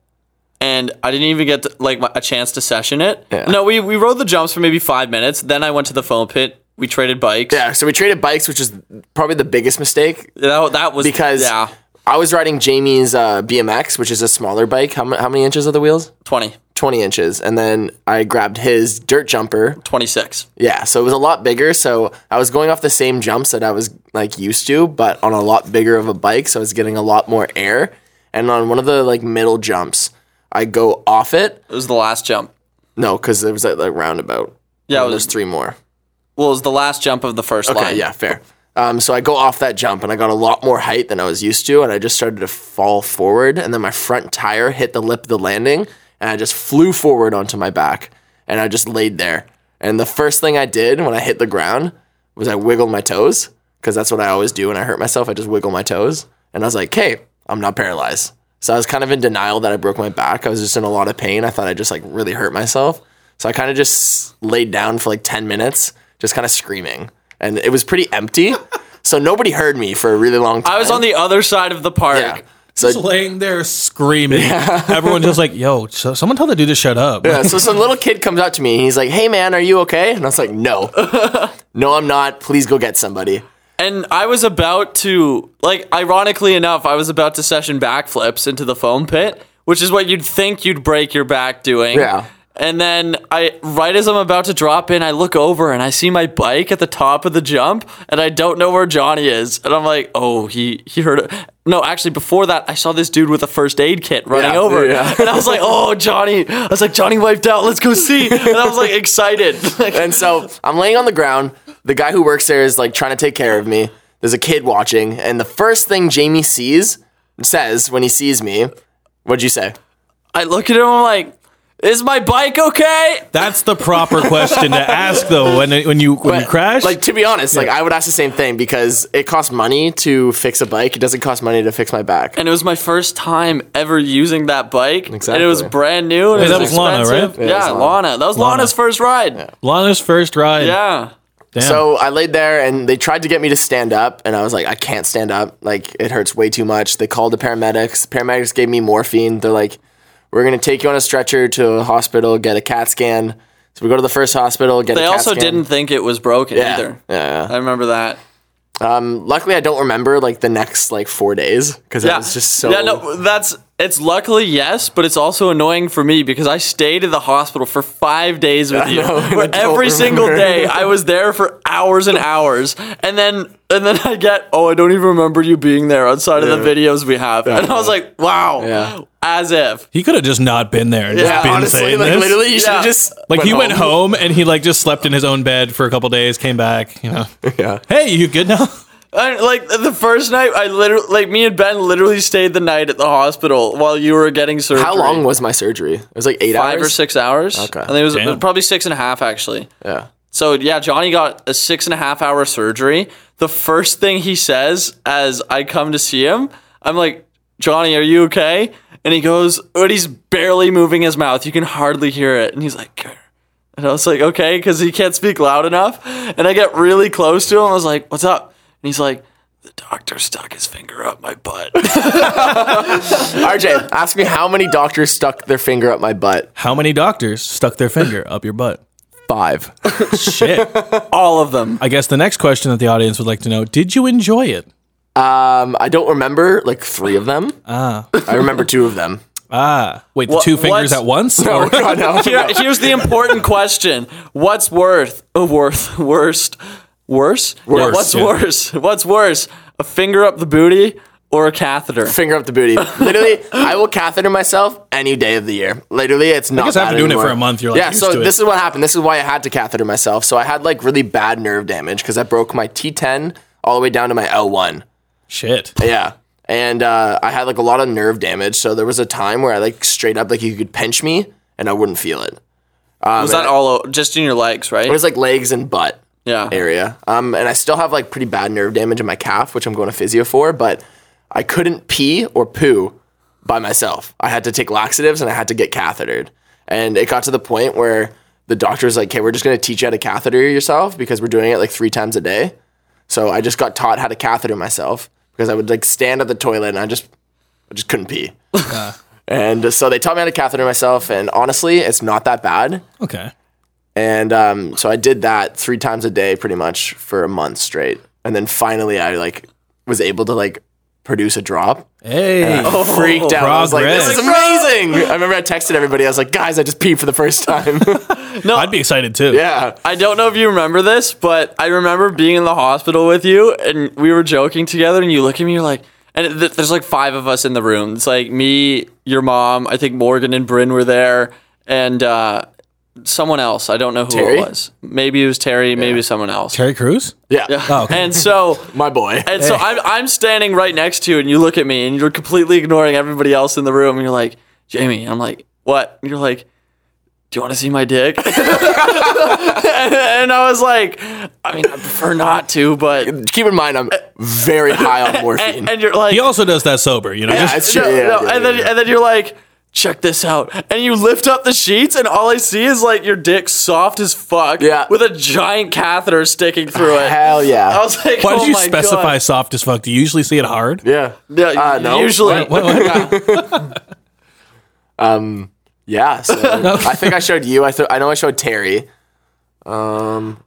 Speaker 3: and I didn't even get to, like a chance to session it.
Speaker 4: Yeah.
Speaker 3: No, we, we rode the jumps for maybe five minutes. Then I went to the foam pit. We traded bikes.
Speaker 4: Yeah, so we traded bikes, which is probably the biggest mistake
Speaker 3: That, that was
Speaker 4: because
Speaker 3: yeah,
Speaker 4: I was riding Jamie's uh, BMX, which is a smaller bike. How, mu- how many inches are the wheels?
Speaker 3: 20,
Speaker 4: 20 inches. And then I grabbed his dirt jumper.
Speaker 3: 26.
Speaker 4: Yeah, so it was a lot bigger. So I was going off the same jumps that I was like used to, but on a lot bigger of a bike. So I was getting a lot more air. And on one of the like middle jumps, I go off it.
Speaker 3: It was the last jump.
Speaker 4: No, because it was at like roundabout.
Speaker 3: Yeah,
Speaker 4: And
Speaker 3: it was,
Speaker 4: there's three more.
Speaker 3: well, it was the last jump of the first
Speaker 4: Okay,
Speaker 3: line.
Speaker 4: yeah, fair. Um, so I go off that jump and I got a lot more height than I was used to, and I just started to fall forward, and then my front tire hit the lip of the landing, and I just flew forward onto my back, and I just laid there. And the first thing I did when I hit the ground was I wiggled my toes, because that's what I always do when I hurt myself. I just wiggle my toes, and I was like, "Hey, I'm not paralyzed." So I was kind of in denial that I broke my back. I was just in a lot of pain. I thought I just like really hurt myself. So I kind of just laid down for like 10 minutes, just kind of screaming. And it was pretty empty. so nobody heard me for a really long time.
Speaker 3: I was on the other side of the park.
Speaker 4: Yeah.
Speaker 1: Just
Speaker 4: So,
Speaker 1: laying there screaming. Everyone just like, yo, so someone tell the dude to shut up.
Speaker 4: yeah, so some little kid comes up to me and he's like, hey man, are you okay? And I was like, no. no, I'm not. Please go get somebody.
Speaker 3: And I was about to, like, ironically enough, I was about to session backflips into the foam pit, which is what you'd think you'd break your back doing.
Speaker 4: Yeah.
Speaker 3: And then I, right as I'm about to drop in, I look over and I see my bike at the top of the jump, and I don't know where Johnny is, and I'm like, oh, he he heard it. No, actually, before that, I saw this dude with a first aid kit running
Speaker 4: Yeah,
Speaker 3: over,
Speaker 4: yeah.
Speaker 3: and I was like, oh, Johnny. I was like, Johnny wiped out. Let's go see. And I was like excited. Like,
Speaker 4: And so I'm laying on the ground. The guy who works there is like trying to take care of me. There's a kid watching. And the first thing Jamie sees, says when he sees me, what'd you say?
Speaker 3: I look at him, I'm like, is my bike okay?
Speaker 1: That's the proper question to ask though. When when you when you
Speaker 4: But,
Speaker 1: crash,
Speaker 4: Like to be honest, like I would ask the same thing because it costs money to fix a bike. It doesn't cost money to fix my back.
Speaker 3: and it was my first time ever using that bike. And
Speaker 4: Exactly.
Speaker 3: it was brand new. And it
Speaker 1: Hey,
Speaker 3: was
Speaker 1: that was Lana,
Speaker 3: expensive.
Speaker 1: right?
Speaker 3: Yeah,
Speaker 4: Yeah, it was
Speaker 3: Lana. That was Lana's first ride. Yeah.
Speaker 1: Lana's first ride. Damn.
Speaker 4: So I laid there and they tried to get me to stand up and I was like, I can't stand up. Like it hurts way too much. They called the paramedics. The paramedics gave me morphine. They're like, we're gonna take you on a stretcher to a hospital, get a CAT scan. So we go to the first hospital, get
Speaker 3: They
Speaker 4: a CAT
Speaker 3: also
Speaker 4: scan.
Speaker 3: didn't think it was broken
Speaker 4: yeah.
Speaker 3: either.
Speaker 4: Yeah,
Speaker 3: I remember that.
Speaker 4: Luckily I don't remember like the next like four days because I
Speaker 3: Yeah.
Speaker 4: was just so
Speaker 3: Yeah, no, that's it's luckily yes, but it's also annoying for me because I stayed at the hospital for five days with you.
Speaker 4: know, and I
Speaker 3: where
Speaker 4: don't
Speaker 3: every single
Speaker 4: remember.
Speaker 3: day I was there for hours and hours. And then and then I get, oh, I don't even remember you being there outside of the videos we have. and I was like, wow.
Speaker 4: Yeah.
Speaker 3: As if.
Speaker 1: he could have just not been there. And
Speaker 4: Yeah,
Speaker 1: just been
Speaker 4: honestly,
Speaker 1: saying
Speaker 4: like
Speaker 1: this.
Speaker 4: literally you should
Speaker 3: Yeah.
Speaker 4: have just
Speaker 1: Like he went home and he like just slept in his own bed for a couple days, came back, you know.
Speaker 4: Yeah.
Speaker 1: Hey, you good now?
Speaker 3: I, like the first night, I literally, like me and Ben literally stayed the night at the hospital while you were getting surgery.
Speaker 4: How long was my surgery? It was like eight
Speaker 3: Five
Speaker 4: hours.
Speaker 3: or six hours.
Speaker 4: Okay.
Speaker 3: I think it was
Speaker 1: Damn.
Speaker 3: probably six and a half actually.
Speaker 4: Yeah.
Speaker 3: So yeah, Johnny got a six and a half hour surgery. The first thing he says as I come to see him, I'm like, Johnny, are you okay? And he goes, but he's barely moving his mouth. You can hardly hear it. And he's like, "Grr." and I was like, okay, because he can't speak loud enough. And I get really close to him. I was like, what's up? And he's like, the doctor stuck his finger up my butt.
Speaker 4: RJ, ask me how many doctors stuck their finger up my butt.
Speaker 1: How many doctors stuck their finger up your butt?
Speaker 4: Five.
Speaker 1: Shit.
Speaker 3: All of them.
Speaker 1: I guess the next question that the audience would like to know, did you enjoy it?
Speaker 4: Um, I don't remember like three of them. Ah. I remember two of them.
Speaker 1: Ah, wait, the
Speaker 3: What-
Speaker 1: two fingers
Speaker 3: what's-
Speaker 1: at once? Or-
Speaker 4: God, no.
Speaker 3: Here, here's the important question: What's worth? Oh, worth worst, worse? Yeah,
Speaker 1: Worse,
Speaker 3: what's
Speaker 1: yeah.
Speaker 3: worse? What's worse? A finger up the booty or a catheter?
Speaker 4: Finger up the booty. Literally, I will catheter myself any day of the year. Literally, it's not.
Speaker 1: guess
Speaker 4: bad
Speaker 1: after doing it
Speaker 4: anymore.
Speaker 1: for a month, you're like
Speaker 4: yeah.
Speaker 1: used
Speaker 4: so
Speaker 1: to it.
Speaker 4: this is what happened. This is why I had to catheter myself. So I had like really bad nerve damage because I broke my T10 all the way down to my L1.
Speaker 1: Shit.
Speaker 4: Yeah. And uh, I had like a lot of nerve damage. So there was a time where I like straight up like you could pinch me and I wouldn't feel it.
Speaker 3: Was that all o- just in your legs, right?
Speaker 4: It was like legs and butt.
Speaker 3: yeah.
Speaker 4: area. Um, and I still have like pretty bad nerve damage in my calf, which I'm going to physio for, but I couldn't pee or poo by myself. I had to take laxatives and I had to get cathetered. And it got to the point where the doctor was like, okay, we're just going to teach you how to catheter yourself because we're doing it like three times a day. So I just got taught how to catheter myself. because I would like stand at the toilet and I just I just couldn't pee. and so they taught me how to catheter myself, and honestly, it's not that bad.
Speaker 1: Okay.
Speaker 4: And um, so I did that three times a day, pretty much for a month straight. And then finally, I like was able to like produce a drop.
Speaker 1: Hey.
Speaker 4: Oh, Freaked out. I was like, this
Speaker 1: progress.
Speaker 4: is amazing. I remember I texted everybody. I was like, guys, I just peed for the first time.
Speaker 1: I'd be excited too.
Speaker 4: yeah.
Speaker 3: I don't know if you remember this, but I remember being in the hospital with you, and we were joking together, and you look at me, you're like, and th- there's like five of us in the room. It's like me, your mom, I think Morgan and Bryn were there, and uh, someone else. I don't know who
Speaker 4: Terry?
Speaker 3: it was. Maybe it was Terry, maybe someone else.
Speaker 1: Terry Crews?
Speaker 4: Yeah.
Speaker 1: Oh, okay.
Speaker 3: And so.
Speaker 4: My boy.
Speaker 3: And so I'm, I'm standing right next to you, and you look at me, and you're completely ignoring everybody else in the room. And you're like, Jamie, I'm like, what? And you're like, do you want to see my dick? and, and I was like, I mean, I prefer not to, but. And,
Speaker 4: Keep in mind, I'm very high on morphine.
Speaker 3: and you're like,
Speaker 1: He also does that sober, you know.
Speaker 4: Yeah,
Speaker 1: just-
Speaker 4: it's
Speaker 3: no,
Speaker 4: true. Yeah,
Speaker 3: no.
Speaker 4: yeah,
Speaker 3: and then
Speaker 4: yeah.
Speaker 3: and then you're like, check this out, and you lift up the sheets, and all I see is like your dick soft as fuck,
Speaker 4: Yeah.
Speaker 3: with a giant catheter sticking through it.
Speaker 4: Hell yeah.
Speaker 3: I was like,
Speaker 1: why
Speaker 3: oh
Speaker 1: did you
Speaker 3: my
Speaker 1: specify
Speaker 3: God.
Speaker 1: soft as fuck? Do you usually see it hard?
Speaker 4: yeah.
Speaker 3: Yeah,
Speaker 4: Uh, no.
Speaker 3: usually.
Speaker 1: What- what-
Speaker 4: Yeah. So I think I showed you. I, th- I know I showed Terry. Um,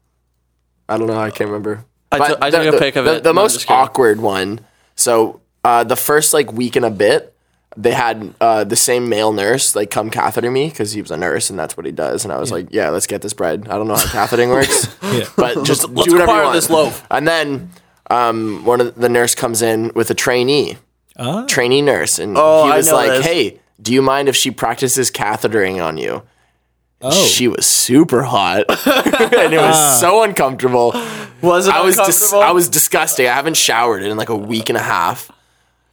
Speaker 4: I don't know. I can't remember.
Speaker 3: I
Speaker 4: But
Speaker 3: took- I
Speaker 4: the-
Speaker 3: took a
Speaker 4: the-
Speaker 3: pic of
Speaker 4: the-
Speaker 3: it.
Speaker 4: The
Speaker 3: No, I'm just
Speaker 4: most
Speaker 3: kidding.
Speaker 4: awkward one. So uh, the first like week and a bit, they had uh, the same male nurse like come catheter me because he was a nurse and that's what he does. And I was like, yeah, let's get this bread. I don't know how cathetering works, but just
Speaker 3: Let's
Speaker 4: do whatever you
Speaker 3: acquire
Speaker 4: want.
Speaker 3: this loaf.
Speaker 4: And then um, one of the, the nurse comes in with a trainee
Speaker 1: Ah.
Speaker 4: trainee nurse, and
Speaker 3: Oh,
Speaker 4: he
Speaker 3: I
Speaker 4: was
Speaker 3: know
Speaker 4: like,
Speaker 3: this.
Speaker 4: "Hey, do you mind if she practices cathetering on you?" And
Speaker 1: Oh. Ah.
Speaker 4: She was super hot, and it was so uncomfortable.
Speaker 3: Was it
Speaker 4: I was dis-
Speaker 3: uncomfortable?
Speaker 4: I was disgusting. I haven't showered in like a week and a half,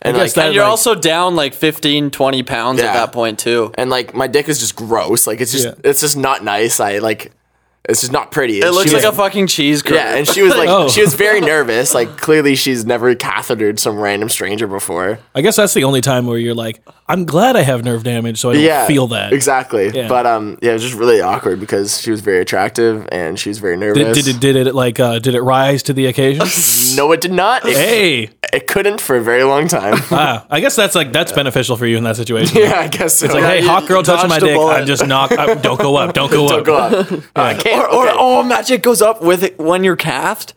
Speaker 4: and
Speaker 1: guess
Speaker 4: like
Speaker 1: that-
Speaker 3: and you're
Speaker 1: like-
Speaker 3: also down like 15, 20 pounds at
Speaker 4: Yeah.
Speaker 3: that point too.
Speaker 4: and like my dick is just gross. Like it's just
Speaker 1: Yeah.
Speaker 4: it's just not nice. I like it's just not pretty.
Speaker 3: It looks like
Speaker 4: was,
Speaker 3: a fucking cheese curd.
Speaker 4: yeah, and she was like,
Speaker 1: Oh.
Speaker 4: she was very nervous. Like clearly, she's never cathetered some random stranger before.
Speaker 1: I guess that's the only time where you're like, I'm glad I have nerve damage, so I don't feel that.
Speaker 4: exactly.
Speaker 1: Yeah.
Speaker 4: But um, yeah, it was just really awkward because she was very attractive and she was very
Speaker 1: Did,
Speaker 4: nervous.
Speaker 1: did it did it like uh, did it rise to the occasion?
Speaker 4: no, it did not. It,
Speaker 1: hey,
Speaker 4: it couldn't for a very long time.
Speaker 1: ah, I guess that's like that's beneficial for you in that situation.
Speaker 4: yeah, I guess so.
Speaker 1: It's like, hey,
Speaker 3: you
Speaker 1: hot girl touching my
Speaker 3: dodged a
Speaker 1: dick.
Speaker 3: bullet.
Speaker 1: I'm just knock. I, don't go up. Don't go up.
Speaker 4: go up. Uh, I can't.
Speaker 3: Or, or oh, magic goes up with it when you're calved.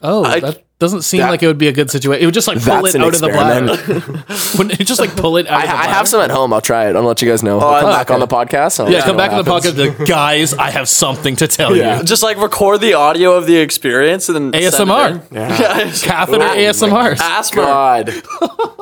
Speaker 1: Oh, that doesn't seem
Speaker 4: that-
Speaker 1: like it would be a good situation. It would just like pull
Speaker 4: That's
Speaker 1: it
Speaker 4: an
Speaker 1: out of the bladder.
Speaker 4: experiment.
Speaker 1: Wouldn't it just like pull it out
Speaker 4: I,
Speaker 1: of the
Speaker 4: I
Speaker 1: bladder.
Speaker 4: have some at home. I'll try it. I'm gonna let you guys know. I'll come back on the podcast. and I'll
Speaker 1: Oh, yeah,
Speaker 4: let
Speaker 1: come
Speaker 4: you know
Speaker 1: back in the
Speaker 4: what happens.
Speaker 1: podcast. Like, Guys, I have something to tell
Speaker 4: Yeah.
Speaker 1: you.
Speaker 3: Just like record the audio of the experience and then send it in.
Speaker 1: ASMR.
Speaker 4: Yeah.
Speaker 1: Catheter
Speaker 4: Oh my
Speaker 1: ASMRs.
Speaker 3: Asthma,
Speaker 4: God,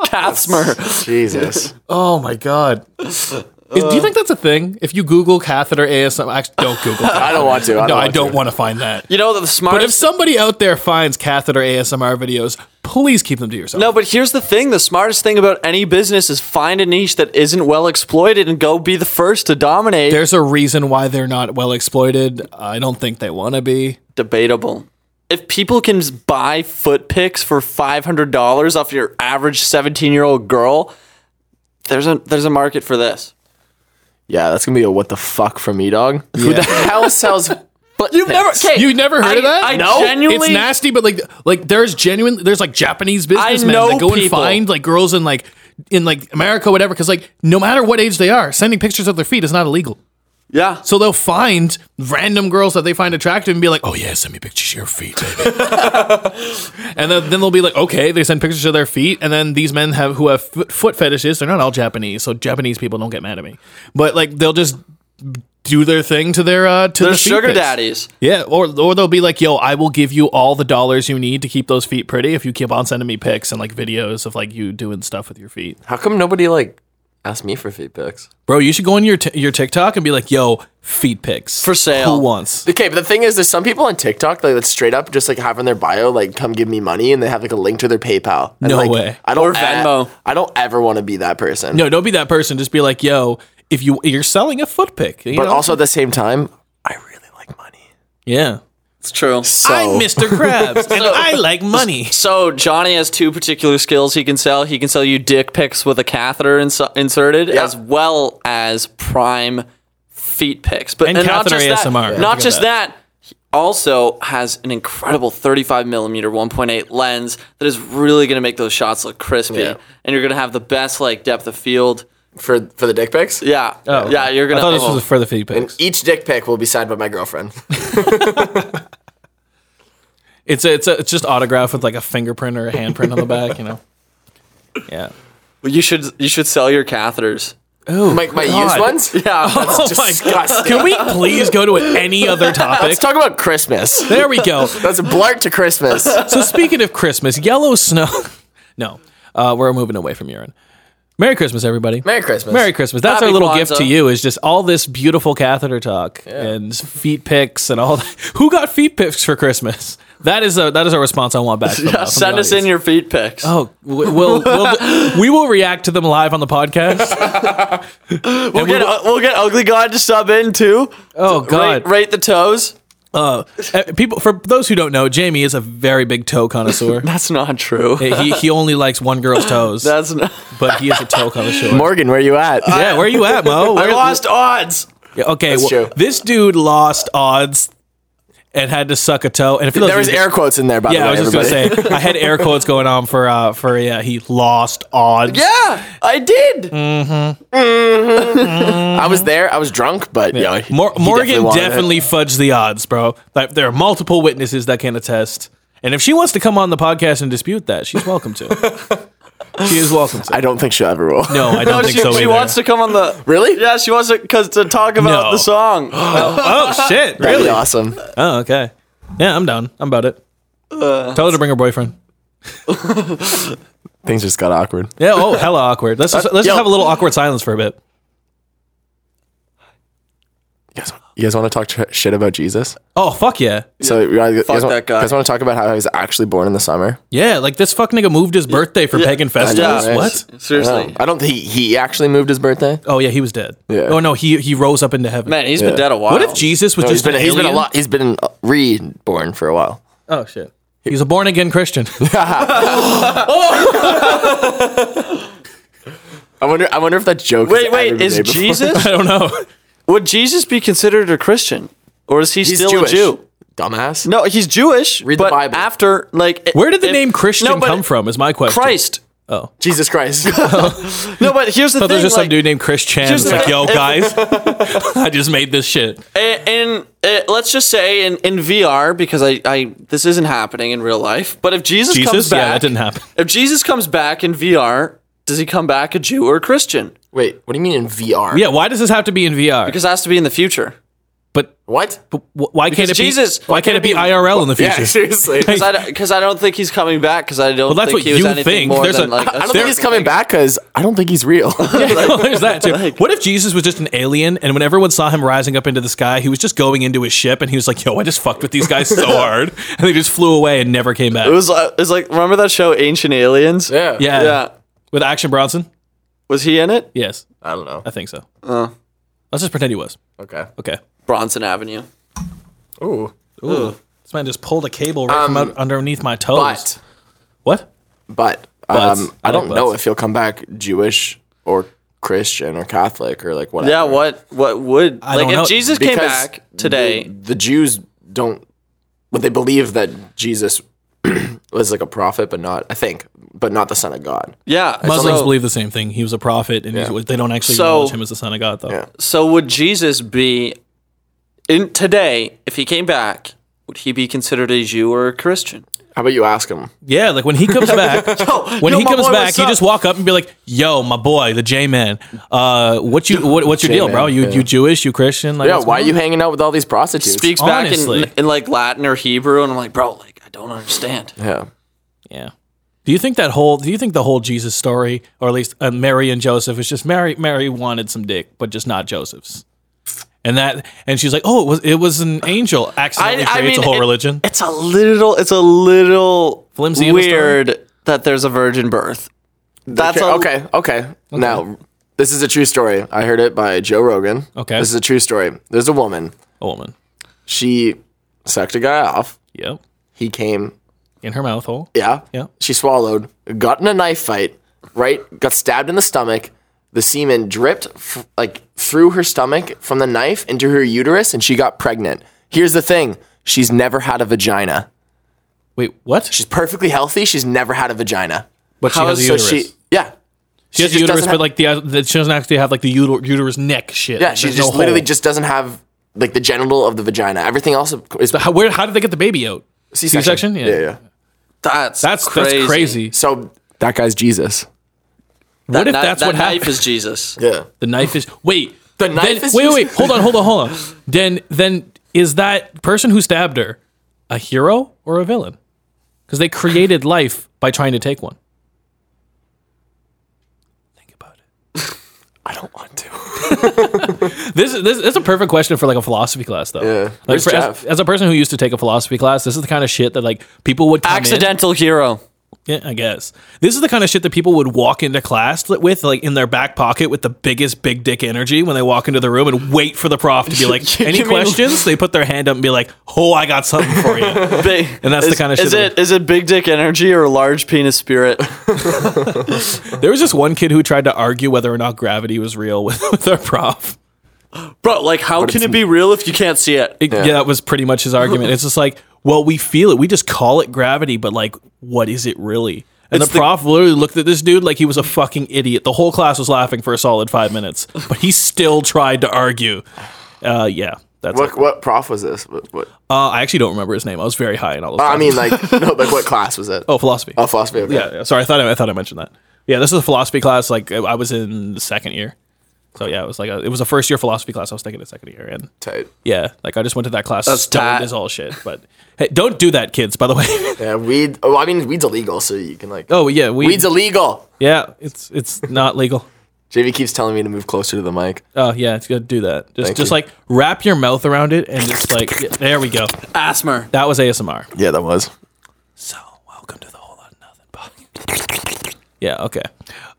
Speaker 3: cathsmer.
Speaker 4: Jesus.
Speaker 1: Oh my god. Is- Do you think that's a thing? If you Google catheter ASMR, actually, don't Google. That.
Speaker 4: I don't want to. I don't
Speaker 1: no,
Speaker 4: want
Speaker 1: I don't
Speaker 4: to.
Speaker 1: want to find that.
Speaker 3: You know the
Speaker 1: But if
Speaker 3: smartest.
Speaker 1: somebody out there finds catheter ASMR videos, please keep them to yourself.
Speaker 3: no, but here's the thing: the smartest thing about any business is find a niche that isn't well exploited and go be the first to dominate.
Speaker 1: There's a reason why they're not well exploited. I don't think they want to be.
Speaker 3: debatable. If people can s- buy foot picks for five hundred dollars off your average seventeen year old girl, there's a there's a market for this.
Speaker 4: Yeah, that's gonna be a what the fuck for me, dog. Who the hell sells? But
Speaker 3: You've never, okay,
Speaker 1: You never heard
Speaker 3: I,
Speaker 1: of that?
Speaker 3: I
Speaker 1: no,
Speaker 3: genuinely,
Speaker 1: it's nasty. But like, like there's genuine. There's like Japanese businessmen
Speaker 3: know
Speaker 1: that go and
Speaker 3: people.
Speaker 1: find like girls in like in like America, whatever. Because like, no matter what age they are, sending pictures of their feet is not illegal.
Speaker 3: Yeah,
Speaker 1: So they'll find random girls that they find attractive and be like, "Oh yeah, send me pictures of your feet, baby." and then, then they'll be like, "Okay." They send pictures of their feet, and then these men have who have foot, foot fetishes. They're not all Japanese, so Japanese people don't get mad at me. But like, they'll just do their thing to their uh, to
Speaker 3: they're
Speaker 1: the feet
Speaker 3: sugar
Speaker 1: pics.
Speaker 3: daddies.
Speaker 1: Yeah, or or they'll be like, "Yo, I will give you all the dollars you need to keep those feet pretty if you keep on sending me pics and like videos of like you doing stuff with your feet."
Speaker 4: How come nobody like asked me for feed pics?
Speaker 1: Bro, you should go on your t- your TikTok and be like, "Yo, feet pics
Speaker 3: For sale.
Speaker 1: Who wants?
Speaker 4: Okay, but the thing is, there's some people on TikTok like, that straight up just like have in their bio like "come give me money" and they have like a link to their PayPal. And,
Speaker 1: No
Speaker 4: like,
Speaker 1: way.
Speaker 4: I don't
Speaker 3: Or Venmo.
Speaker 4: e- I don't ever want to be that person.
Speaker 1: No, don't be that person. Just be like, "Yo, if you you're selling a foot pic, you
Speaker 4: but
Speaker 1: know?
Speaker 4: also at the same time, I really like money.
Speaker 1: yeah."
Speaker 3: It's true.
Speaker 4: So
Speaker 1: I'm Mr. Krabs, and I like money.
Speaker 3: So Johnny has two particular skills he can sell. He can sell you dick pics with a catheter insu- inserted, as well as prime feet pics. But
Speaker 1: And
Speaker 3: not
Speaker 1: catheter
Speaker 3: just that.
Speaker 1: ASMR. Yeah.
Speaker 3: Not
Speaker 1: Forget
Speaker 3: just that. also has an incredible 35 millimeter 1.8 lens that is really going to make those shots look crispy,
Speaker 4: Yeah.
Speaker 3: and you're going to have the best like depth of field.
Speaker 4: for for the dick pics.
Speaker 3: Yeah, yeah, you're gonna.
Speaker 1: I thought this
Speaker 3: oh.
Speaker 1: was for the feed pics.
Speaker 4: Each dick pic will be signed by my girlfriend.
Speaker 1: It's a, it's a, it's just autograph with like a fingerprint or a handprint on the back, you know. Yeah.
Speaker 3: Well, you should you should sell your catheters.
Speaker 1: Oh,
Speaker 4: Like my
Speaker 1: God.
Speaker 4: used ones.
Speaker 3: Yeah, that's-
Speaker 1: Oh my God.
Speaker 4: Disgusting.
Speaker 1: Can we please go to any other topic?
Speaker 4: Let's talk about Christmas.
Speaker 1: there we go.
Speaker 4: That's a blart to Christmas.
Speaker 1: So speaking of Christmas, yellow snow. no, uh, we're moving away from urine. Merry Christmas, everybody.
Speaker 4: Merry Christmas.
Speaker 1: Merry Christmas. That's
Speaker 3: Happy
Speaker 1: our little
Speaker 3: Kwanzaa.
Speaker 1: gift to you is just all this beautiful catheter talk and feet pics and all that. Who got feet pics for Christmas? That is a that is a response I want back. From, uh, from
Speaker 3: Send
Speaker 1: the
Speaker 3: us in
Speaker 1: audience.
Speaker 3: your feet pics.
Speaker 1: Oh, we- we'll, we'll we will react to them live on the podcast.
Speaker 3: we'll, get, we'll get Ugly God to sub in too.
Speaker 1: Oh God,
Speaker 3: Rate, rate the toes.
Speaker 1: Uh, people. For those who don't know, Jamie is a very big toe connoisseur.
Speaker 3: That's not true.
Speaker 1: he he only likes one girl's toes,
Speaker 3: That's not.
Speaker 1: but he is a toe connoisseur.
Speaker 4: Morgan, where you at?
Speaker 1: yeah, where you at, Mo?
Speaker 3: I
Speaker 1: Where-
Speaker 3: lost odds.
Speaker 1: Yeah, Okay, well,
Speaker 4: true.
Speaker 1: this dude lost odds and had to suck a toe. And if
Speaker 4: there was air quotes in there, by
Speaker 1: Yeah, I
Speaker 4: the way.
Speaker 1: was just gonna
Speaker 4: everybody.
Speaker 1: say I had air quotes going on for uh for yeah he lost odds.
Speaker 3: Yeah, I did.
Speaker 4: I was there. I was drunk, but yeah, he-
Speaker 1: Mor-
Speaker 4: he
Speaker 1: Morgan
Speaker 4: wanted
Speaker 1: definitely,
Speaker 4: it.
Speaker 1: fudged the odds, bro. Like there are multiple witnesses that can attest. And if she wants to come on the podcast and dispute that, she's welcome to. she is welcome to.
Speaker 4: I don't think she'll ever will.
Speaker 1: no, Mm, I don't
Speaker 3: No,
Speaker 1: think
Speaker 3: she,
Speaker 1: so
Speaker 3: she
Speaker 1: either.
Speaker 3: wants to come on the.
Speaker 4: Really?
Speaker 3: Yeah, she wants to because to talk about
Speaker 1: No.
Speaker 3: the song.
Speaker 1: oh shit!
Speaker 4: That'd be
Speaker 1: Really?
Speaker 4: awesome.
Speaker 1: Oh okay. Yeah, I'm down. I'm about it. Tell her to bring her boyfriend.
Speaker 4: Things just got awkward.
Speaker 1: Yeah. Oh, hella awkward. Let's just, let's
Speaker 4: yo.
Speaker 1: just have a little awkward silence for a bit.
Speaker 4: You guys, you guys want to talk tr- shit about Jesus?
Speaker 1: Oh fuck yeah.
Speaker 4: So you guys, you guys, want,
Speaker 3: that guy.
Speaker 4: you guys want to talk about how he was actually born in the summer?
Speaker 1: Yeah, like this fuck nigga moved his birthday for pagan festivals.
Speaker 4: right.
Speaker 1: What?
Speaker 3: Seriously,
Speaker 4: No, I don't think he, he actually moved his birthday.
Speaker 1: Oh yeah, he was dead.
Speaker 4: Yeah.
Speaker 1: Oh no, he he rose up into heaven.
Speaker 3: man, he's been dead a while.
Speaker 1: What if Jesus was
Speaker 4: No, he's
Speaker 1: just
Speaker 4: been
Speaker 1: an
Speaker 4: he's been a
Speaker 1: alien?
Speaker 4: lot. He's been uh, reborn for a while.
Speaker 1: Oh shit. He's a born again Christian.
Speaker 4: I wonder. I wonder if that joke. has
Speaker 3: Wait,
Speaker 4: ever
Speaker 3: wait,
Speaker 4: been
Speaker 3: is
Speaker 4: made before.
Speaker 3: Jesus
Speaker 1: I don't know.
Speaker 3: would Jesus be considered a Christian, or is he
Speaker 4: He's
Speaker 3: still
Speaker 4: Jewish.
Speaker 3: a Jew?
Speaker 4: Dumbass.
Speaker 3: No, he's Jewish.
Speaker 4: Read the
Speaker 3: but
Speaker 4: Bible.
Speaker 3: After like,
Speaker 1: Where did the
Speaker 3: if-
Speaker 1: name Christian
Speaker 3: No, but
Speaker 1: come from? Is my question.
Speaker 3: Christ.
Speaker 4: Jesus Christ.
Speaker 3: No, but here's the
Speaker 1: I thought
Speaker 3: thing.
Speaker 1: there's just
Speaker 3: like,
Speaker 1: some dude named Chris Chan.
Speaker 3: here's
Speaker 1: It's
Speaker 3: the
Speaker 1: like,
Speaker 3: thing.
Speaker 1: yo, guys, I just made this shit.
Speaker 3: in, in uh, let's just say in, in VR because I, I this isn't happening in real life. But if Jesus, comes
Speaker 1: Jesus?
Speaker 3: back,
Speaker 1: Yeah, that didn't happen.
Speaker 3: If Jesus comes back in VR, does he come back a Jew or a Christian?
Speaker 4: Wait, what do you mean in VR?
Speaker 1: Yeah, why does this have to be in VR?
Speaker 3: Because it has to be in the future.
Speaker 1: but,
Speaker 4: What?
Speaker 1: but wh- why can't it
Speaker 3: Jesus-
Speaker 1: be? Why can't it be IRL in the future?
Speaker 4: Yeah, seriously. I
Speaker 3: Because I, 'cause I don't think he's coming back. Because I don't
Speaker 1: that's
Speaker 3: think
Speaker 1: what
Speaker 3: he was
Speaker 1: you
Speaker 3: anything
Speaker 1: think.
Speaker 3: more
Speaker 1: There's
Speaker 3: than
Speaker 1: a-
Speaker 3: like.
Speaker 1: I
Speaker 3: I
Speaker 4: don't think he's coming back because I don't think he's real.
Speaker 1: Well, there's that too. What if Jesus was just an alien, and when everyone saw him rising up into the sky, he was just going into his ship, and he was like, "Yo, I just fucked with these guys so hard," and they just flew away and never came back.
Speaker 3: It was, uh, it was like remember that show Ancient Aliens?
Speaker 1: yeah.
Speaker 3: Yeah.
Speaker 1: with Action Bronson.
Speaker 3: Was he in it?
Speaker 1: Yes,
Speaker 4: I don't know.
Speaker 1: I think so.
Speaker 3: Uh.
Speaker 1: Let's just pretend he was.
Speaker 4: Okay.
Speaker 1: Okay.
Speaker 3: Bronson Avenue.
Speaker 4: Ooh.
Speaker 1: Ooh, this man just pulled a cable right
Speaker 3: Um,
Speaker 1: from out underneath my toes.
Speaker 4: But
Speaker 1: what?
Speaker 4: but
Speaker 1: Butts.
Speaker 4: um,
Speaker 1: I
Speaker 4: I
Speaker 1: like
Speaker 4: don't know
Speaker 1: butts.
Speaker 4: if he'll come back Jewish or Christian or Catholic or like whatever.
Speaker 3: Yeah. What? What would? like
Speaker 1: don't
Speaker 3: if
Speaker 1: know.
Speaker 3: Jesus came
Speaker 4: Because
Speaker 3: back today.
Speaker 4: the, the Jews don't. Well, they believe that Jesus was like a prophet, but not. I think, but not the Son of God.
Speaker 3: yeah.
Speaker 1: Muslims
Speaker 3: so,
Speaker 1: believe the same thing. He was a prophet, and he's, they don't actually
Speaker 3: So-
Speaker 1: acknowledge him as the son of God, though.
Speaker 4: Yeah.
Speaker 3: So would Jesus be in today if he came back? Would he be considered a Jew or a Christian?
Speaker 4: How about you ask him?
Speaker 1: Yeah, like when he comes back, when
Speaker 3: yo,
Speaker 1: he
Speaker 3: Oh, my
Speaker 1: comes
Speaker 3: boy,
Speaker 1: back,
Speaker 3: what's
Speaker 1: you
Speaker 3: up?
Speaker 1: just walk up and be like, "Yo, my boy, the J man. Uh, what you what, what's your deal,
Speaker 4: J-man,
Speaker 1: bro? You
Speaker 4: yeah.
Speaker 1: you Jewish? You Christian? Like,
Speaker 4: Yeah,
Speaker 1: what's
Speaker 4: why are
Speaker 1: going
Speaker 4: you
Speaker 1: on?"
Speaker 4: hanging out with all these prostitutes?
Speaker 3: Speaks
Speaker 1: Honestly.
Speaker 3: back in, in like Latin or Hebrew, and I'm like, bro, like I don't understand.
Speaker 4: Yeah.
Speaker 1: Yeah. Do you think that whole do you think the whole Jesus story, or at least uh, Mary and Joseph, is just Mary Mary wanted some dick, but just not Joseph's, and that and she's like, oh, it was it was an angel accidentally creates a whole
Speaker 3: it-
Speaker 1: religion.
Speaker 3: It's a little, it's a little
Speaker 1: Flimsy of a story.
Speaker 3: weird that there's a virgin birth. That's
Speaker 4: Okay,
Speaker 3: a-
Speaker 4: okay, okay. Now, this is a true story. I heard it by Joe Rogan.
Speaker 1: Okay.
Speaker 4: This is a true story. There's a woman.
Speaker 1: A woman.
Speaker 4: She sucked a guy off.
Speaker 1: Yep.
Speaker 4: He came.
Speaker 1: In her mouth hole.
Speaker 4: Yeah.
Speaker 1: Yeah.
Speaker 4: She swallowed, got in a knife fight, right? Got stabbed in the stomach. The semen dripped f- like through her stomach from the knife into her uterus, and she got pregnant. Here's the thing She's never had a vagina.
Speaker 1: Wait, what?
Speaker 4: She's perfectly healthy. She's never had a vagina.
Speaker 1: But she
Speaker 3: how
Speaker 1: has a
Speaker 3: is-
Speaker 4: So
Speaker 1: uterus.
Speaker 4: she, yeah,
Speaker 1: she has a
Speaker 4: just
Speaker 1: uterus,
Speaker 4: doesn't
Speaker 1: but
Speaker 4: have-
Speaker 1: like the, the she doesn't actually have like the uter- uterus neck shit.
Speaker 4: yeah. She
Speaker 1: There's
Speaker 4: just
Speaker 1: no
Speaker 4: literally
Speaker 1: hole.
Speaker 4: just doesn't have like the genital of the vagina. Everything else is
Speaker 1: How, where? How did they get the baby out?
Speaker 4: C-section.
Speaker 1: C-section? Yeah.
Speaker 4: yeah, yeah.
Speaker 3: That's
Speaker 1: That's
Speaker 3: crazy.
Speaker 1: that's crazy.
Speaker 4: So that guy's Jesus.
Speaker 1: what if
Speaker 3: That-
Speaker 1: that's
Speaker 3: that
Speaker 1: what
Speaker 3: knife
Speaker 1: happened?
Speaker 3: is Jesus.
Speaker 4: Yeah.
Speaker 1: the knife is wait. The
Speaker 4: knife is
Speaker 1: Wait,
Speaker 4: used-
Speaker 1: wait, hold on, hold on, hold on. Then, then is that person who stabbed her a hero or a villain? Because they created life by trying to take one. Think about it.
Speaker 4: I don't want to.
Speaker 1: This is this, this is a perfect question for like a philosophy class, though.
Speaker 4: Yeah.
Speaker 1: Like
Speaker 4: Where's
Speaker 1: for, as,
Speaker 4: Jeff?
Speaker 1: as a person who used to take a philosophy class, this is the kind of shit that like people would come in-
Speaker 3: Accidental hero.
Speaker 1: Yeah, I guess. This is the kind of shit that people would walk into class li- with, like in their back pocket with the biggest big dick energy when they walk into the room and wait for the prof to be like,
Speaker 3: You
Speaker 1: any
Speaker 3: mean-
Speaker 1: questions? They put their hand up and be like, oh, I got something for you.
Speaker 3: Big,
Speaker 1: And that's the
Speaker 3: is-
Speaker 1: kinda shit
Speaker 3: Is
Speaker 1: that-
Speaker 3: it is it big dick energy or large penis spirit?
Speaker 1: there was this one kid who tried to argue whether or not gravity was real with, with our prof.
Speaker 3: Bro, like how can
Speaker 4: it's-
Speaker 3: it be real if you can't see it?
Speaker 1: It- yeah. that was pretty much his argument. It's just like, well, we feel it. We just call it gravity, but like, what is it really? And
Speaker 3: It's
Speaker 1: the
Speaker 3: the-
Speaker 1: prof literally looked at this dude like he was a fucking idiot. The whole class was laughing for a solid five minutes, but he still tried to argue. Uh, yeah, that's it.
Speaker 4: What what prof was this? What, what?
Speaker 1: Uh, I actually don't remember his name. I was very high in all those.
Speaker 4: I
Speaker 1: classes.
Speaker 4: mean, like, no, like what class was it?
Speaker 1: oh, philosophy.
Speaker 4: Oh, philosophy. Okay.
Speaker 1: yeah, yeah. Sorry, I thought I, I thought I mentioned that. Yeah, this is a philosophy class. Like I- I was in the second year, so yeah, it was like a, it was a first year philosophy class. I was taking a second year, and
Speaker 4: Tight.
Speaker 1: yeah, like I just went to that class. That's stoned
Speaker 3: tight.
Speaker 1: as all shit. But hey, don't do that, kids. By the way.
Speaker 4: Yeah, weed. Oh, I mean, weed's illegal, so you can like.
Speaker 1: oh yeah, we
Speaker 4: Weed's illegal.
Speaker 1: yeah, it's it's not legal.
Speaker 4: JV keeps telling me to move closer to the mic.
Speaker 1: Oh yeah, it's good. Do that. Just
Speaker 4: Thank
Speaker 1: just
Speaker 4: you.
Speaker 1: like wrap your mouth around it and just like yeah, there we go.
Speaker 3: Asmer.
Speaker 1: That was ASMR.
Speaker 4: Yeah, that was.
Speaker 1: So, welcome to the whole lot of nothing podcast. Yeah. Okay.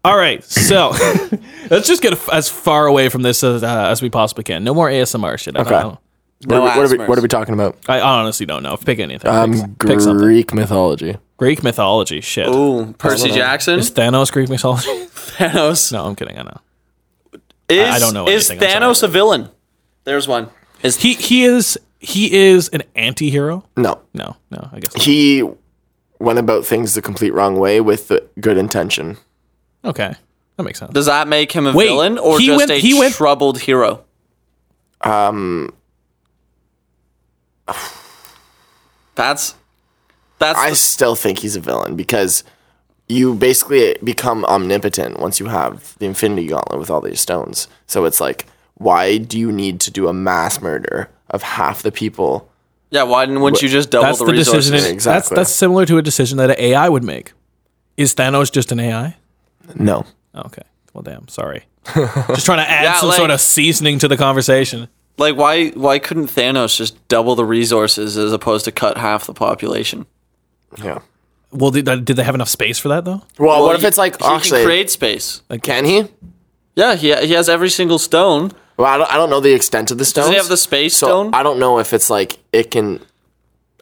Speaker 1: All right. So, let's just get as far away from this as, uh, as we possibly can. No more ASMR shit. I,
Speaker 4: Okay.
Speaker 1: don't know.
Speaker 4: What,
Speaker 3: No
Speaker 4: are we, what, are we,
Speaker 3: asthmas.
Speaker 4: what are we talking about?
Speaker 1: I honestly don't know. Pick anything.
Speaker 4: Um,
Speaker 1: pick, pick something.
Speaker 4: Greek mythology.
Speaker 1: Greek mythology. Shit.
Speaker 3: Ooh, Percy Jackson.
Speaker 1: Is Thanos Greek mythology?
Speaker 3: Thanos.
Speaker 1: no, I'm kidding. I know.
Speaker 3: Is,
Speaker 1: I don't know
Speaker 3: Is
Speaker 1: anything, I'm
Speaker 3: Thanos a villain? There's one. Is
Speaker 1: He he is he is an anti-hero?
Speaker 4: No,
Speaker 1: No, no. I guess. Not.
Speaker 4: he went about things the complete wrong way with the good intention.
Speaker 1: Okay, that makes sense.
Speaker 3: Does that make him a
Speaker 1: Wait,
Speaker 3: villain or
Speaker 1: he
Speaker 3: just
Speaker 1: went-
Speaker 3: a
Speaker 1: he went-
Speaker 3: troubled hero?
Speaker 4: Um,
Speaker 3: That's that's
Speaker 4: I
Speaker 3: the-
Speaker 4: still think he's a villain because you basically become omnipotent once you have the Infinity Gauntlet with all these stones. So it's like, why do you need to do a mass murder of half the people?
Speaker 3: yeah. Why didn't wouldn't you just double
Speaker 1: That's
Speaker 3: the,
Speaker 1: the
Speaker 3: resources?
Speaker 1: decision. it- That's
Speaker 4: Exactly.
Speaker 1: that's similar to a decision that an AI would make. Is Thanos just an AI?
Speaker 4: No.
Speaker 1: Okay. Well, damn. Sorry. Just trying to add
Speaker 3: Yeah,
Speaker 1: some
Speaker 3: like-
Speaker 1: sort of seasoning to the conversation.
Speaker 3: Like why why couldn't Thanos just double the resources as opposed to cut half the population?
Speaker 4: Yeah.
Speaker 1: Well, did, did they have enough space for that though?
Speaker 4: Well,
Speaker 3: Well,
Speaker 4: what if
Speaker 3: he-
Speaker 4: it's like
Speaker 3: he can
Speaker 4: actually?
Speaker 3: create space?
Speaker 4: can he?
Speaker 3: Yeah, he he has every single stone.
Speaker 4: Well, I don't, I don't know the extent of the stones.
Speaker 3: Does he have the space
Speaker 4: so
Speaker 3: stone?
Speaker 4: I don't know if it's like it can.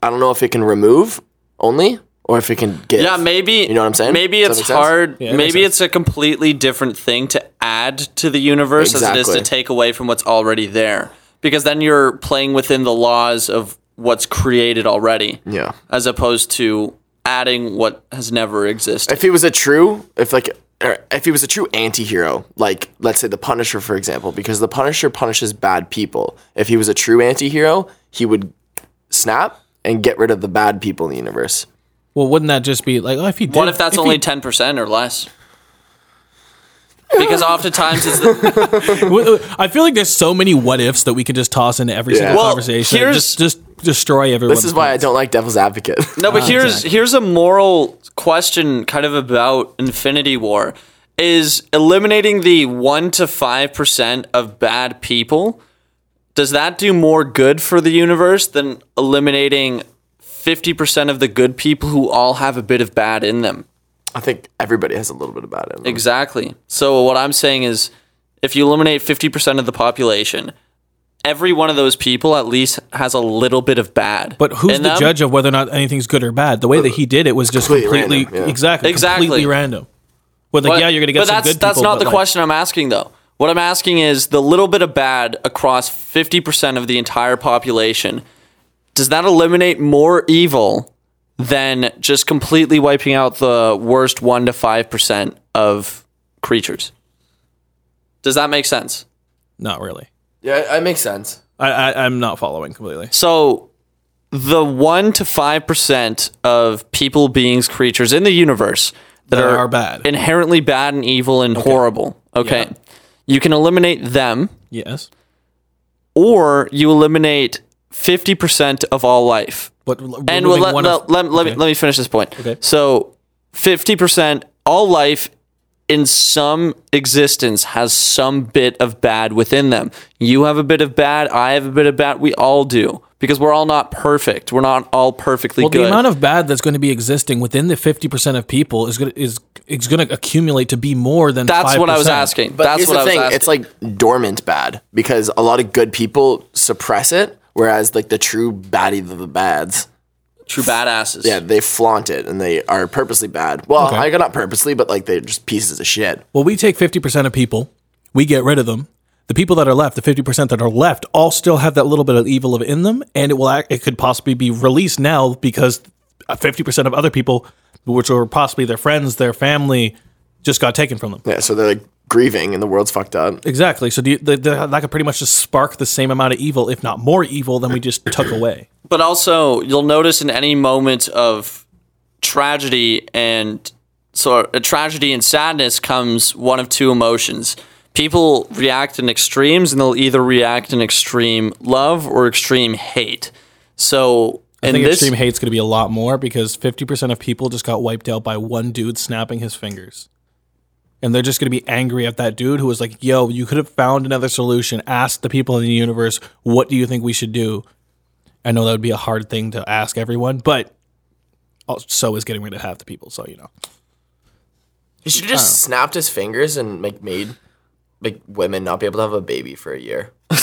Speaker 4: I don't know if it can remove only, or if it can give.
Speaker 3: Yeah, maybe.
Speaker 4: You know what I'm saying?
Speaker 3: Maybe
Speaker 4: Does that
Speaker 3: it's
Speaker 4: make sense?
Speaker 3: hard.
Speaker 1: that makes
Speaker 3: maybe it's a completely different thing to add to the universe as it is
Speaker 4: Exactly.
Speaker 3: to take away from what's already there. Because then you're playing within the laws of what's created already,
Speaker 4: Yeah.
Speaker 3: as opposed to adding what has never existed.
Speaker 4: If he was a true, if like, or if he was a true anti-hero, like let's say the Punisher, for example, because the Punisher punishes bad people. If he was a true anti-hero, he would snap and get rid of the bad people in the universe.
Speaker 1: Well, wouldn't that just be like, oh, if he did,
Speaker 3: What if that's
Speaker 1: he-
Speaker 3: only ten percent or less? Because oftentimes it's the,
Speaker 1: w- w- I feel like there's so many what ifs that we can just toss into every single
Speaker 4: Well,
Speaker 1: conversation. and
Speaker 3: here's-
Speaker 1: just just destroy everyone.
Speaker 4: This is why I don't like Devil's Advocate.
Speaker 3: No, but here's
Speaker 1: Ah, exactly.
Speaker 3: here's a moral question kind of about Infinity War. Is eliminating the 1 to 5% of bad people does that do more good for the universe than eliminating 50% of the good people who all have a bit of bad in them?
Speaker 4: I think everybody has a little bit about it.
Speaker 3: Exactly. So what I'm saying is if you eliminate 50% of the population, every one of those people at least has a little bit of bad.
Speaker 1: But who's
Speaker 3: in
Speaker 1: the
Speaker 3: them.
Speaker 1: judge of whether or not anything's good or bad? The way that he did it was just
Speaker 4: Completely
Speaker 1: completely,
Speaker 4: random, yeah.
Speaker 1: exactly,
Speaker 3: Exactly.
Speaker 1: completely random. With like,
Speaker 3: But-
Speaker 1: yeah, you're gonna get
Speaker 3: but
Speaker 1: some
Speaker 3: that's,
Speaker 1: good people.
Speaker 3: That's not
Speaker 1: but,
Speaker 3: the
Speaker 1: like,
Speaker 3: question I'm asking, though. What I'm asking is the little bit of bad across 50% of the entire population. does that eliminate more evil than just completely wiping out the worst 1 to 5% of creatures? Does that make sense?
Speaker 1: Not really.
Speaker 4: Yeah, it makes sense.
Speaker 1: I, I I'm not following completely.
Speaker 3: So the 1 to 5% of people, beings, creatures in the universe that,
Speaker 1: That are bad.
Speaker 3: inherently bad and evil and horrible, okay?
Speaker 1: Yeah.
Speaker 3: You can eliminate them
Speaker 1: Yes,
Speaker 3: or you eliminate 50% of all life.
Speaker 1: but
Speaker 3: and well, let,
Speaker 1: one
Speaker 3: let,
Speaker 1: of-
Speaker 3: let, let me,
Speaker 1: okay.
Speaker 3: let me finish this point.
Speaker 1: Okay.
Speaker 3: So 50% all life in some existence has some bit of bad within them. You have a bit of bad, I have a bit of bad, we all do because we're all not perfect. We're not all perfectly
Speaker 1: well,
Speaker 3: good.
Speaker 1: the amount of bad that's going to be existing within the fifty percent of people is going to, is it's going to accumulate to be more than.
Speaker 3: That's what I was
Speaker 1: 5%.
Speaker 3: asking.
Speaker 4: But
Speaker 3: That's
Speaker 4: here's
Speaker 3: what I
Speaker 4: the
Speaker 3: was
Speaker 4: thing:
Speaker 3: asking.
Speaker 4: it's like dormant bad because a lot of good people suppress it, whereas like the true baddie of the bads,
Speaker 3: true badasses.
Speaker 4: yeah, they flaunt it and they are purposely bad. Well,
Speaker 1: Okay.
Speaker 4: I got not purposely, but like they're just pieces of shit.
Speaker 1: Well, we take 50% of people, we get rid of them. The people that are left, the 50% that are left, all still have that little bit of evil of in them, and it will act, it could possibly be released now because 50% of other people, which were possibly their friends, their family, just got taken from them.
Speaker 4: Yeah, so they're like grieving and the world's fucked up.
Speaker 1: Exactly. So do you, the, the, that could pretty much just spark the same amount of evil, if not more evil, than we just took away.
Speaker 3: But also, you'll notice in any moment of tragedy and so a tragedy and sadness comes one of two emotions. People react in extremes, and they'll either react in extreme love or extreme hate. So
Speaker 1: I
Speaker 3: in
Speaker 1: think
Speaker 3: this,
Speaker 1: extreme hate's going to be a lot more because 50% of people just got wiped out by one dude snapping his fingers. And they're just going to be angry at that dude who was like, yo, you could have found another solution. Ask the people in the universe, what do you think we should do? I know that would be a hard thing to ask everyone, but also so is getting rid of half the people. So, you know.
Speaker 4: He should have just snapped his fingers and like made like women not be able to have a baby for a year.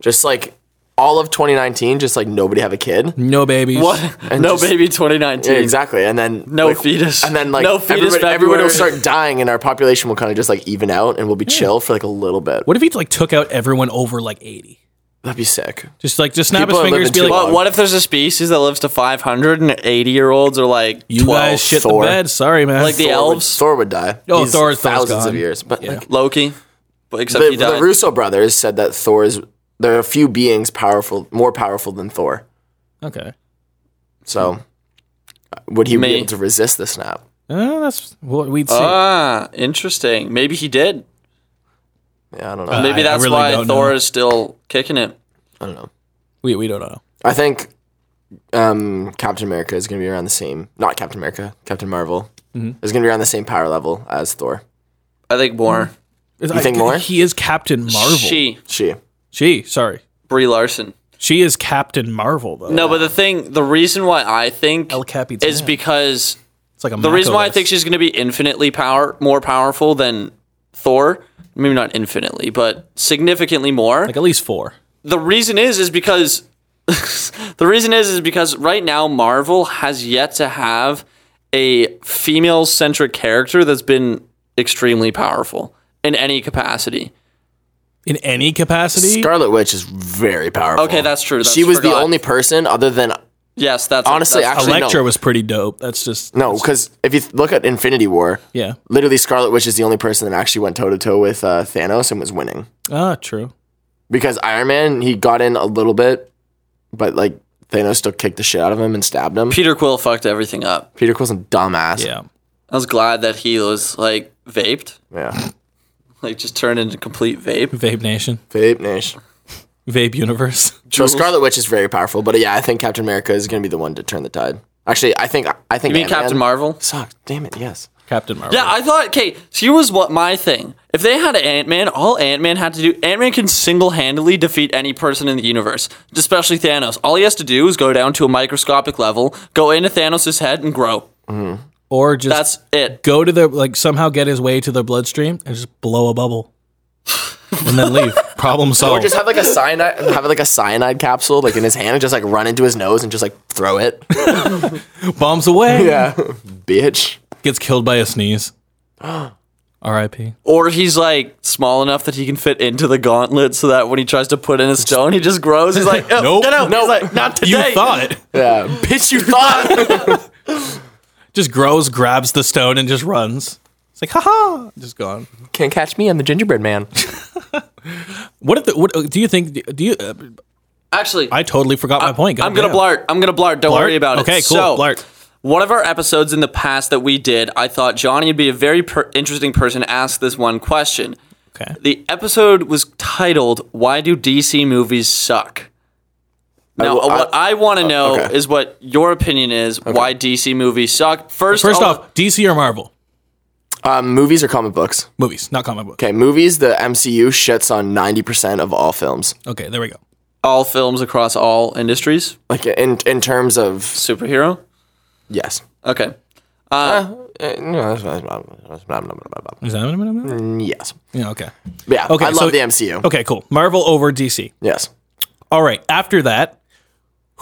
Speaker 4: just like all of 2019, just like nobody have a kid.
Speaker 1: No babies.
Speaker 3: what?
Speaker 4: And
Speaker 3: no
Speaker 4: just-
Speaker 3: baby 2019.
Speaker 4: Yeah, exactly. And then
Speaker 3: No
Speaker 4: like,
Speaker 3: fetus.
Speaker 4: And then like
Speaker 3: No fetus
Speaker 4: everybody, everyone will
Speaker 3: February.
Speaker 4: start dying, and our population will kind of just like even out, and we'll be chill for like a little bit.
Speaker 1: What if he like took out everyone over like 80?
Speaker 4: That'd be sick.
Speaker 1: Just like just snap
Speaker 4: People are
Speaker 1: his fingers
Speaker 4: living
Speaker 1: be like,
Speaker 4: too long.
Speaker 3: But what if there's a species that lives to 500 and 80 year olds are like
Speaker 1: you
Speaker 3: 12?
Speaker 1: guys shit
Speaker 4: Thor.
Speaker 1: the bed. Sorry, man.
Speaker 3: Like the
Speaker 4: Thor would,
Speaker 3: elves,
Speaker 4: Thor would die.
Speaker 1: Oh,
Speaker 4: He's
Speaker 1: Thor- Thor's
Speaker 4: 1000s
Speaker 1: gone.
Speaker 4: of years. But like,
Speaker 3: Loki, but except
Speaker 4: the,
Speaker 3: he died.
Speaker 4: the Russo brothers said that Thor's there are a few beings powerful, more powerful than Thor.
Speaker 1: okay.
Speaker 3: Hmm.
Speaker 4: So uh, would he
Speaker 3: Me.
Speaker 4: be able to resist the snap?
Speaker 1: Uh, that's what we'd see.
Speaker 3: ah, interesting. Maybe he did.
Speaker 4: Yeah, I don't know.
Speaker 3: Maybe
Speaker 1: I- I
Speaker 3: that's
Speaker 1: really
Speaker 3: why
Speaker 1: don't
Speaker 3: Thor
Speaker 1: know.
Speaker 3: is still kicking it.
Speaker 4: I don't know.
Speaker 1: we, we don't know.
Speaker 4: I think um, Captain America is going to be around the same. Not Captain America. Captain Marvel
Speaker 3: Mm-hmm.
Speaker 4: is going to be around the same power level as Thor.
Speaker 3: I think more.
Speaker 1: You
Speaker 4: think more?
Speaker 1: He is Captain Marvel.
Speaker 3: She,
Speaker 4: She.
Speaker 1: She, sorry.
Speaker 3: Brie Larson.
Speaker 1: She is Captain Marvel, though.
Speaker 3: No, but the thing, the reason why I think
Speaker 1: El Capitan.
Speaker 3: is because
Speaker 1: it's like a
Speaker 3: the reason why I think she's going to be infinitely power more powerful than Thor, maybe not infinitely, but significantly more.
Speaker 1: like at least four.
Speaker 3: the reason is is because the reason is is because right now Marvel has yet to have a female centric character that's been extremely powerful in any capacity.
Speaker 1: In any capacity?
Speaker 4: Scarlet Witch is very powerful.
Speaker 3: Okay, that's true. That's
Speaker 4: she was the
Speaker 3: forgot.
Speaker 4: only person other than
Speaker 3: Yes, that's
Speaker 4: honestly.
Speaker 3: that's-
Speaker 4: actually,
Speaker 1: Electra
Speaker 4: no.
Speaker 1: was pretty dope. That's just.
Speaker 4: No, because if you th- look at Infinity War,
Speaker 1: Yeah.
Speaker 4: literally Scarlet Witch is the only person that actually went toe to toe with uh, Thanos and was winning.
Speaker 1: Ah, true.
Speaker 4: Because Iron Man, he got in a little bit, but like Thanos still kicked the shit out of him and stabbed him.
Speaker 3: Peter Quill fucked everything up.
Speaker 4: Peter Quill's a dumbass.
Speaker 1: Yeah.
Speaker 3: I was glad that he was like vaped,
Speaker 4: Yeah.
Speaker 3: like just turned into complete vape.
Speaker 1: Vape Nation.
Speaker 4: Vape Nation.
Speaker 1: Vape Universe.
Speaker 4: So Scarlet Witch is very powerful, but yeah, I think Captain America is going to be the one to turn the tide. Actually, I think I think
Speaker 3: You mean Captain Marvel?
Speaker 4: sucks. Damn it, yes.
Speaker 1: Captain Marvel.
Speaker 3: Yeah, I thought. Okay, so here was what my thing. If they had Ant Man, all Ant Man had to do, Ant Man can single handedly defeat any person in the universe, especially Thanos. All he has to do is go down to a microscopic level, go into Thanos' head, and grow.
Speaker 1: or just
Speaker 3: That's it.
Speaker 1: go to the, like, somehow get his way to their bloodstream and just blow a bubble. and then leave. Problem
Speaker 3: Oh.
Speaker 4: Or
Speaker 1: solved.
Speaker 4: just have like a cyanide, have like a cyanide capsule, like in his hand, and just like run into his nose and just like throw it.
Speaker 1: Bombs away.
Speaker 4: Yeah, bitch.
Speaker 1: Gets killed by a sneeze. R.I.P.
Speaker 3: Or he's like small enough that he can fit into the gauntlet so that when he tries to put in a stone, he just grows. He's like, oh,
Speaker 1: Nope.
Speaker 3: get out.
Speaker 4: Nope.
Speaker 3: He's like, not
Speaker 1: You
Speaker 3: today.
Speaker 1: thought it.
Speaker 4: Yeah, bitch, you thought.
Speaker 1: Just grows, grabs the stone, and just runs. It's like, haha, just gone.
Speaker 4: Can't catch me. I'm the gingerbread man.
Speaker 1: What if the, what uh, do you think? Do you? Uh,
Speaker 3: Actually,
Speaker 1: I totally forgot my point. God
Speaker 3: I'm gonna
Speaker 1: damn.
Speaker 3: blart. I'm gonna blart. Don't
Speaker 1: Blart?
Speaker 3: worry about it.
Speaker 1: Okay, cool.
Speaker 3: So,
Speaker 1: Blart.
Speaker 3: One of our episodes in the past that we did, I thought Johnny would be a very per- interesting person to ask this one question.
Speaker 1: Okay.
Speaker 3: The episode was titled "Why Do DC Movies Suck." Now,
Speaker 4: will- I-
Speaker 3: what I want to know
Speaker 4: okay.
Speaker 3: is what your opinion is why DC movies suck. First,
Speaker 1: First
Speaker 3: I'll-
Speaker 1: off, DC or Marvel
Speaker 4: Um, movies or comic books?
Speaker 1: movies, not comic book.
Speaker 4: Okay, movies. The MCU shits on ninety percent of all films.
Speaker 1: Okay, there we go.
Speaker 3: all films across all industries,
Speaker 4: Like in in terms of
Speaker 3: superhero.
Speaker 4: yes.
Speaker 3: Okay,
Speaker 4: Uh, no, that's- that's- that's- blah, blah, blah, blah,
Speaker 1: Is that
Speaker 4: blah. yes.
Speaker 1: yeah? Okay,
Speaker 4: Yeah.
Speaker 1: Okay,
Speaker 4: I love
Speaker 1: so-
Speaker 4: the MCU.
Speaker 1: okay, cool. Marvel over DC.
Speaker 4: Yes.
Speaker 1: All right. After that,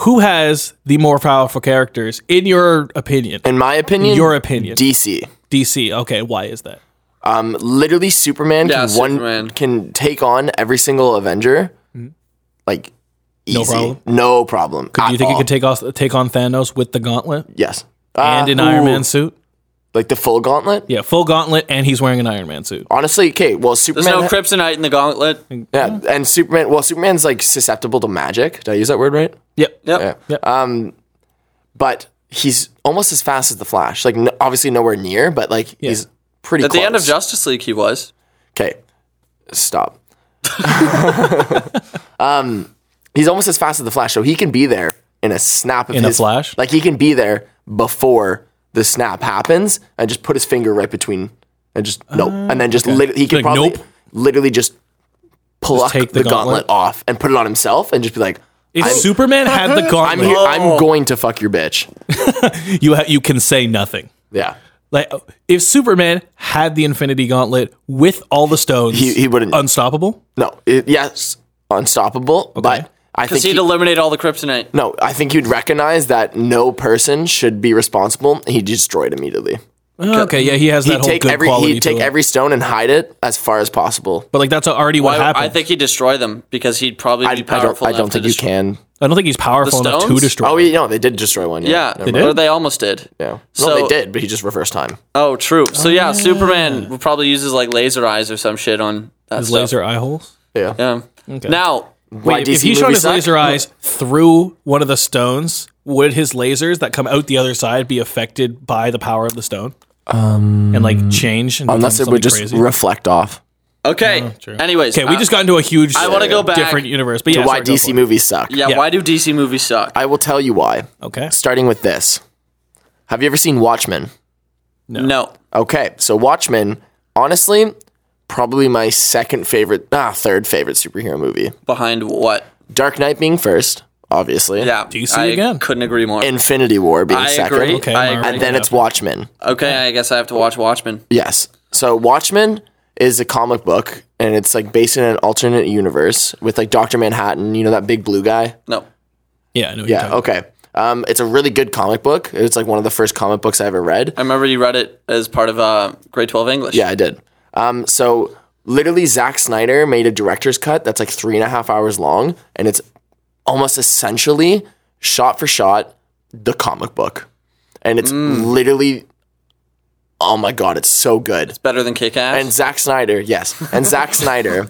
Speaker 1: who has the more powerful characters in your opinion?
Speaker 4: In my opinion,
Speaker 1: Your opinion.
Speaker 4: DC.
Speaker 1: DC. Okay, why is that?
Speaker 4: Um, literally, Superman
Speaker 3: Yeah,
Speaker 4: can one
Speaker 3: Superman.
Speaker 4: can take on every single Avenger, like easy, no
Speaker 1: Mm-hmm. problem?
Speaker 4: problem. No problem.
Speaker 1: Do you think it could take off, take on Thanos with the gauntlet
Speaker 4: Yes.
Speaker 1: and
Speaker 4: Uh,
Speaker 1: an Iron
Speaker 4: ooh,
Speaker 1: Man suit?
Speaker 4: like the full gauntlet.
Speaker 1: Yeah, full gauntlet, and he's wearing an Iron Man suit.
Speaker 4: Honestly, okay. Well,
Speaker 3: there's
Speaker 4: Superman.
Speaker 3: no kryptonite in the gauntlet.
Speaker 1: Mm.
Speaker 3: Yep.
Speaker 4: yeah, and Superman. Well, Superman's like susceptible to magic. Did I use that word right?
Speaker 1: Yep.
Speaker 4: Yeah.
Speaker 1: Yep.
Speaker 4: Um, but he's almost as fast as the Flash. Like, n obviously nowhere near, but like he's pretty.
Speaker 3: At the end of
Speaker 4: close.
Speaker 3: Justice League, he was.
Speaker 4: Okay, stop. um, he's almost as fast as the Flash, so he can be there in a snap of
Speaker 1: In a
Speaker 4: his
Speaker 1: flash?
Speaker 4: Like he can be there before the snap happens, and just put his finger right between, and just nope, and then just lit- he can
Speaker 1: Like,
Speaker 4: probably
Speaker 1: nope.
Speaker 4: literally just pluck
Speaker 1: take the
Speaker 4: the,
Speaker 1: gauntlet?
Speaker 4: gauntlet. off and put it on himself, and just be like,
Speaker 1: If Superman had the
Speaker 4: "I'm
Speaker 1: gauntlet,
Speaker 4: here, I'm going to fuck your bitch."
Speaker 1: you ha- you can say nothing.
Speaker 4: Yeah,
Speaker 1: Like oh, if Superman had the Infinity Gauntlet with all the stones,
Speaker 4: He- he wouldn't-
Speaker 1: unstoppable.
Speaker 4: no, it, yes, unstoppable, but. I think
Speaker 3: Because he'd
Speaker 4: he-
Speaker 3: eliminate all the kryptonite.
Speaker 4: No, I think you'd recognize that no person should be responsible. He destroyed immediately.
Speaker 1: Oh, Okay, yeah, he has that
Speaker 4: He'd
Speaker 1: whole
Speaker 4: take
Speaker 1: good
Speaker 4: every
Speaker 1: quality.
Speaker 4: he'd
Speaker 1: to
Speaker 4: take
Speaker 1: him.
Speaker 4: every stone and hide it as far as possible.
Speaker 1: but like that's already what
Speaker 3: I,
Speaker 1: happened.
Speaker 3: I think he'd destroy them because he'd probably
Speaker 4: I, I
Speaker 3: be
Speaker 4: don't.
Speaker 3: powerful.
Speaker 4: I don't
Speaker 3: enough to
Speaker 4: think you
Speaker 3: destroy-
Speaker 4: can.
Speaker 1: I don't think he's powerful
Speaker 3: The
Speaker 1: enough to
Speaker 3: stones?
Speaker 1: destroy.
Speaker 4: Oh, yeah, no, they did destroy one.
Speaker 3: Yeah,
Speaker 4: Yeah, never
Speaker 1: did?
Speaker 4: mind.
Speaker 3: or they almost did.
Speaker 4: Yeah. No,
Speaker 3: So-
Speaker 4: they did, but he just reversed time.
Speaker 3: Oh, true. So yeah, Superman would probably uses like laser eyes or some shit on that
Speaker 1: his
Speaker 3: stuff.
Speaker 1: laser eye holes.
Speaker 4: Yeah.
Speaker 3: Yeah. Now,
Speaker 4: Why
Speaker 1: if
Speaker 4: DC
Speaker 1: he shone
Speaker 4: movies
Speaker 1: his
Speaker 4: suck?
Speaker 1: laser eyes through one of the stones, would his lasers that come out the other side be affected by the power of the stone? Um, and like change and
Speaker 4: Unless
Speaker 1: become
Speaker 4: it would
Speaker 1: something
Speaker 4: just
Speaker 1: crazy?
Speaker 4: reflect off
Speaker 3: okay.
Speaker 4: Oh,
Speaker 3: Anyways,
Speaker 1: okay, we
Speaker 3: uh,
Speaker 1: just got into a huge.
Speaker 3: I wanna go back
Speaker 1: different universe. But yeah,
Speaker 4: why
Speaker 1: sorry, go for
Speaker 4: DC
Speaker 1: it.
Speaker 4: movies suck.
Speaker 3: yeah,
Speaker 1: yeah.
Speaker 3: Why do DC movies suck?
Speaker 4: I will tell you why.
Speaker 1: Okay,
Speaker 4: Starting with this. Have you ever seen Watchmen?
Speaker 3: no.
Speaker 4: Okay, so Watchmen, honestly, probably my second favorite, ah, third favorite superhero movie.
Speaker 3: Behind what?
Speaker 4: Dark Knight being first, obviously.
Speaker 3: Yeah.
Speaker 1: DC
Speaker 3: I
Speaker 1: again.
Speaker 3: Couldn't agree more.
Speaker 4: Infinity War being
Speaker 3: I
Speaker 4: second.
Speaker 3: agree.
Speaker 1: Okay,
Speaker 3: I
Speaker 1: Marvel.
Speaker 3: agree.
Speaker 4: And then it's Watchmen.
Speaker 3: Okay, I guess I have to watch Watchmen.
Speaker 4: Yes. So Watchmen is a comic book and it's like based in an alternate universe with like Dr. Manhattan, you know that big blue guy?
Speaker 3: No.
Speaker 1: yeah, I know what you're
Speaker 4: Yeah,
Speaker 1: talking
Speaker 4: okay. Um, it's a really good comic book. It's like one of the first comic books I ever read.
Speaker 3: I remember you read it as part of uh, grade 12 English.
Speaker 4: Yeah, I did. Um, so literally, Zack Snyder made a director's cut that's like three and a half hours long, and it's almost essentially shot for shot the comic book, and it's
Speaker 3: Mm.
Speaker 4: literally, oh my god, it's so good.
Speaker 3: Better than Kick Ass.
Speaker 4: And Zack Snyder, yes, and Zack Snyder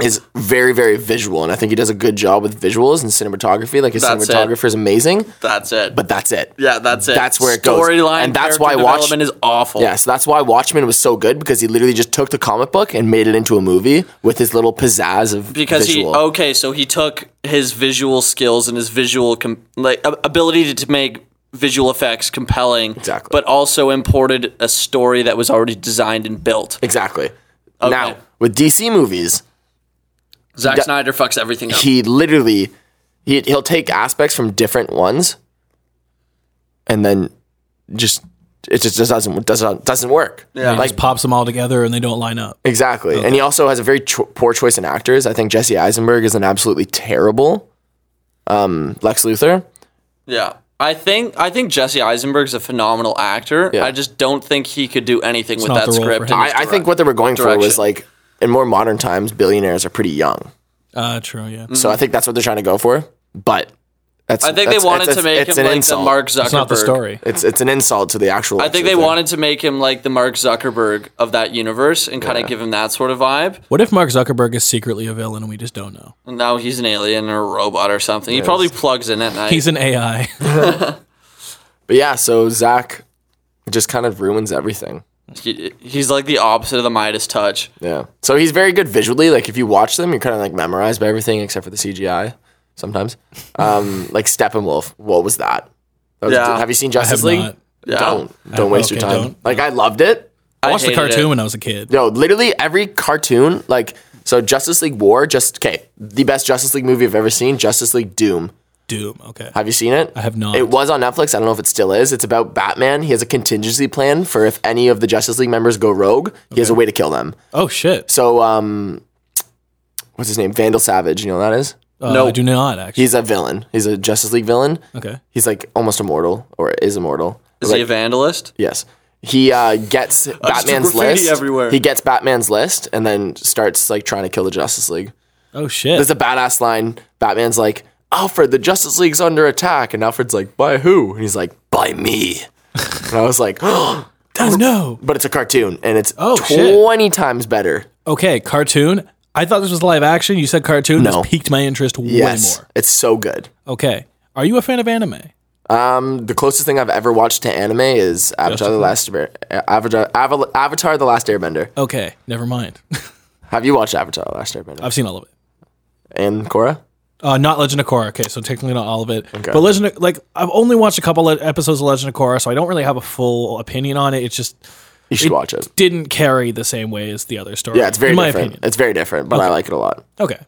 Speaker 4: is very very visual, and I think he does a good job with visuals and cinematography. Like his
Speaker 3: That's it.
Speaker 4: cinematographer is amazing,
Speaker 3: that's it.
Speaker 4: but that's it.
Speaker 3: yeah, that's it.
Speaker 4: that's where it goes.
Speaker 3: Storyline
Speaker 4: And that's
Speaker 3: character
Speaker 4: why Watch-
Speaker 3: development is awful.
Speaker 4: Yeah, so that's why Watchmen was so good because he literally just took the comic book and made it into a movie with his little pizzazz of
Speaker 3: because
Speaker 4: visual.
Speaker 3: he okay so he took his visual skills and his visual com- like ab- ability to, to make visual effects compelling
Speaker 4: Exactly.
Speaker 3: but also imported a story that was already designed and built
Speaker 4: exactly. Now with DC movies,
Speaker 3: Zack Snyder fucks everything up
Speaker 4: he literally he he'll take aspects from different ones, and then just it just doesn't doesn't doesn't work. Yeah,
Speaker 1: Like, just pops them all together and they don't line up.
Speaker 4: exactly. And he also has a very cho- poor choice in actors. I think Jesse Eisenberg is an absolutely terrible um, Lex Luthor.
Speaker 3: yeah I think I think Jesse Eisenberg's a phenomenal actor.
Speaker 4: Yeah.
Speaker 3: I just don't think he could do anything with
Speaker 1: not
Speaker 3: that
Speaker 1: the role for
Speaker 3: script.
Speaker 1: him.
Speaker 3: and his
Speaker 4: I, I think
Speaker 3: direct-
Speaker 4: what they were going for was
Speaker 3: direction.
Speaker 4: like in more modern times, billionaires are pretty young,
Speaker 1: Uh, true. Yeah.
Speaker 4: so I think that's what they're trying to go for. But that's
Speaker 3: Mm-hmm. I think they
Speaker 4: that's-
Speaker 3: wanted
Speaker 4: it's-
Speaker 3: to make
Speaker 4: it's
Speaker 3: him
Speaker 4: an
Speaker 3: like
Speaker 4: insult.
Speaker 3: the Mark Zuckerberg.
Speaker 1: That's not the story.
Speaker 4: It's it's an insult to the actual.
Speaker 3: I think they wanted to make him like the Mark Zuckerberg of that universe and kind of give him that sort of vibe.
Speaker 1: What if Mark Zuckerberg is secretly a villain and we just don't know?
Speaker 3: And now he's an alien or a robot or something. He probably plugs in at night.
Speaker 1: He's an AI.
Speaker 4: But yeah, so Zach just kind of ruins everything.
Speaker 3: He- he's like the opposite of the Midas touch.
Speaker 4: Yeah. So he's very good visually. Like if you watch them, you're kind of like memorized by everything except for the CGI sometimes. Um, like Steppenwolf. What was that? That was-
Speaker 3: Yeah.
Speaker 4: Have you seen Justice
Speaker 1: have
Speaker 4: League?
Speaker 1: not.
Speaker 3: Yeah.
Speaker 4: Don't don't waste your
Speaker 1: okay,
Speaker 4: time.
Speaker 1: don't.
Speaker 4: Like I loved it.
Speaker 1: I watched the
Speaker 3: hated
Speaker 1: cartoon
Speaker 3: it.
Speaker 1: when I was a kid.
Speaker 4: Yo, literally every cartoon, like so Justice League War, just okay, the best Justice League movie I've ever seen, Justice League Doom.
Speaker 1: Doom. Okay.
Speaker 4: Have you seen it? I
Speaker 1: have not.
Speaker 4: It was on Netflix. I don't know if it still is. It's about Batman. He has a contingency plan for if any of the Justice League members go rogue, he has a way to kill them.
Speaker 1: Oh shit.
Speaker 4: So, um, what's his name? Vandal Savage. You know who that is?
Speaker 1: Uh,
Speaker 3: Nope.
Speaker 1: I do not actually.
Speaker 4: He's a villain. He's a Justice League villain.
Speaker 1: okay.
Speaker 4: He's like almost immortal, or is immortal.
Speaker 3: Is he a vandalist?
Speaker 4: Yes. He uh, gets Batman's
Speaker 3: graffiti
Speaker 4: list.
Speaker 3: everywhere.
Speaker 4: He gets Batman's list and then starts like trying to kill the Justice League.
Speaker 1: Oh shit.
Speaker 4: There's a badass line. Batman's like, Alfred, the Justice League's under attack. And Alfred's like, by who? And he's like, by me. and I was like, oh,
Speaker 1: oh no.
Speaker 4: but it's a cartoon and it's
Speaker 1: Oh, shit.
Speaker 4: 20 times better.
Speaker 1: Okay. Cartoon. I thought this was live action. You said cartoon.
Speaker 4: No.
Speaker 1: This piqued my interest
Speaker 4: Yes.
Speaker 1: way more.
Speaker 4: It's so good.
Speaker 1: Okay. Are you a fan of anime?
Speaker 4: Um, the closest thing I've ever watched to anime is Avatar the Last Air- Avatar, Aval- Avatar the Last Airbender.
Speaker 1: Okay. Never mind.
Speaker 4: Have you watched Avatar the Last Airbender?
Speaker 1: I've seen all of it.
Speaker 4: and Korra?
Speaker 1: Uh, not Legend of Korra. Okay, so technically not all of it. But Legend, of, like I've only watched a couple of episodes of Legend of Korra, so I don't really have a full opinion on it. It just
Speaker 4: You should watch it.
Speaker 1: didn't carry the same way as the other story.
Speaker 4: Yeah, it's very
Speaker 1: in my
Speaker 4: different.
Speaker 1: opinion.
Speaker 4: It's very different, but I like it a lot.
Speaker 1: Okay,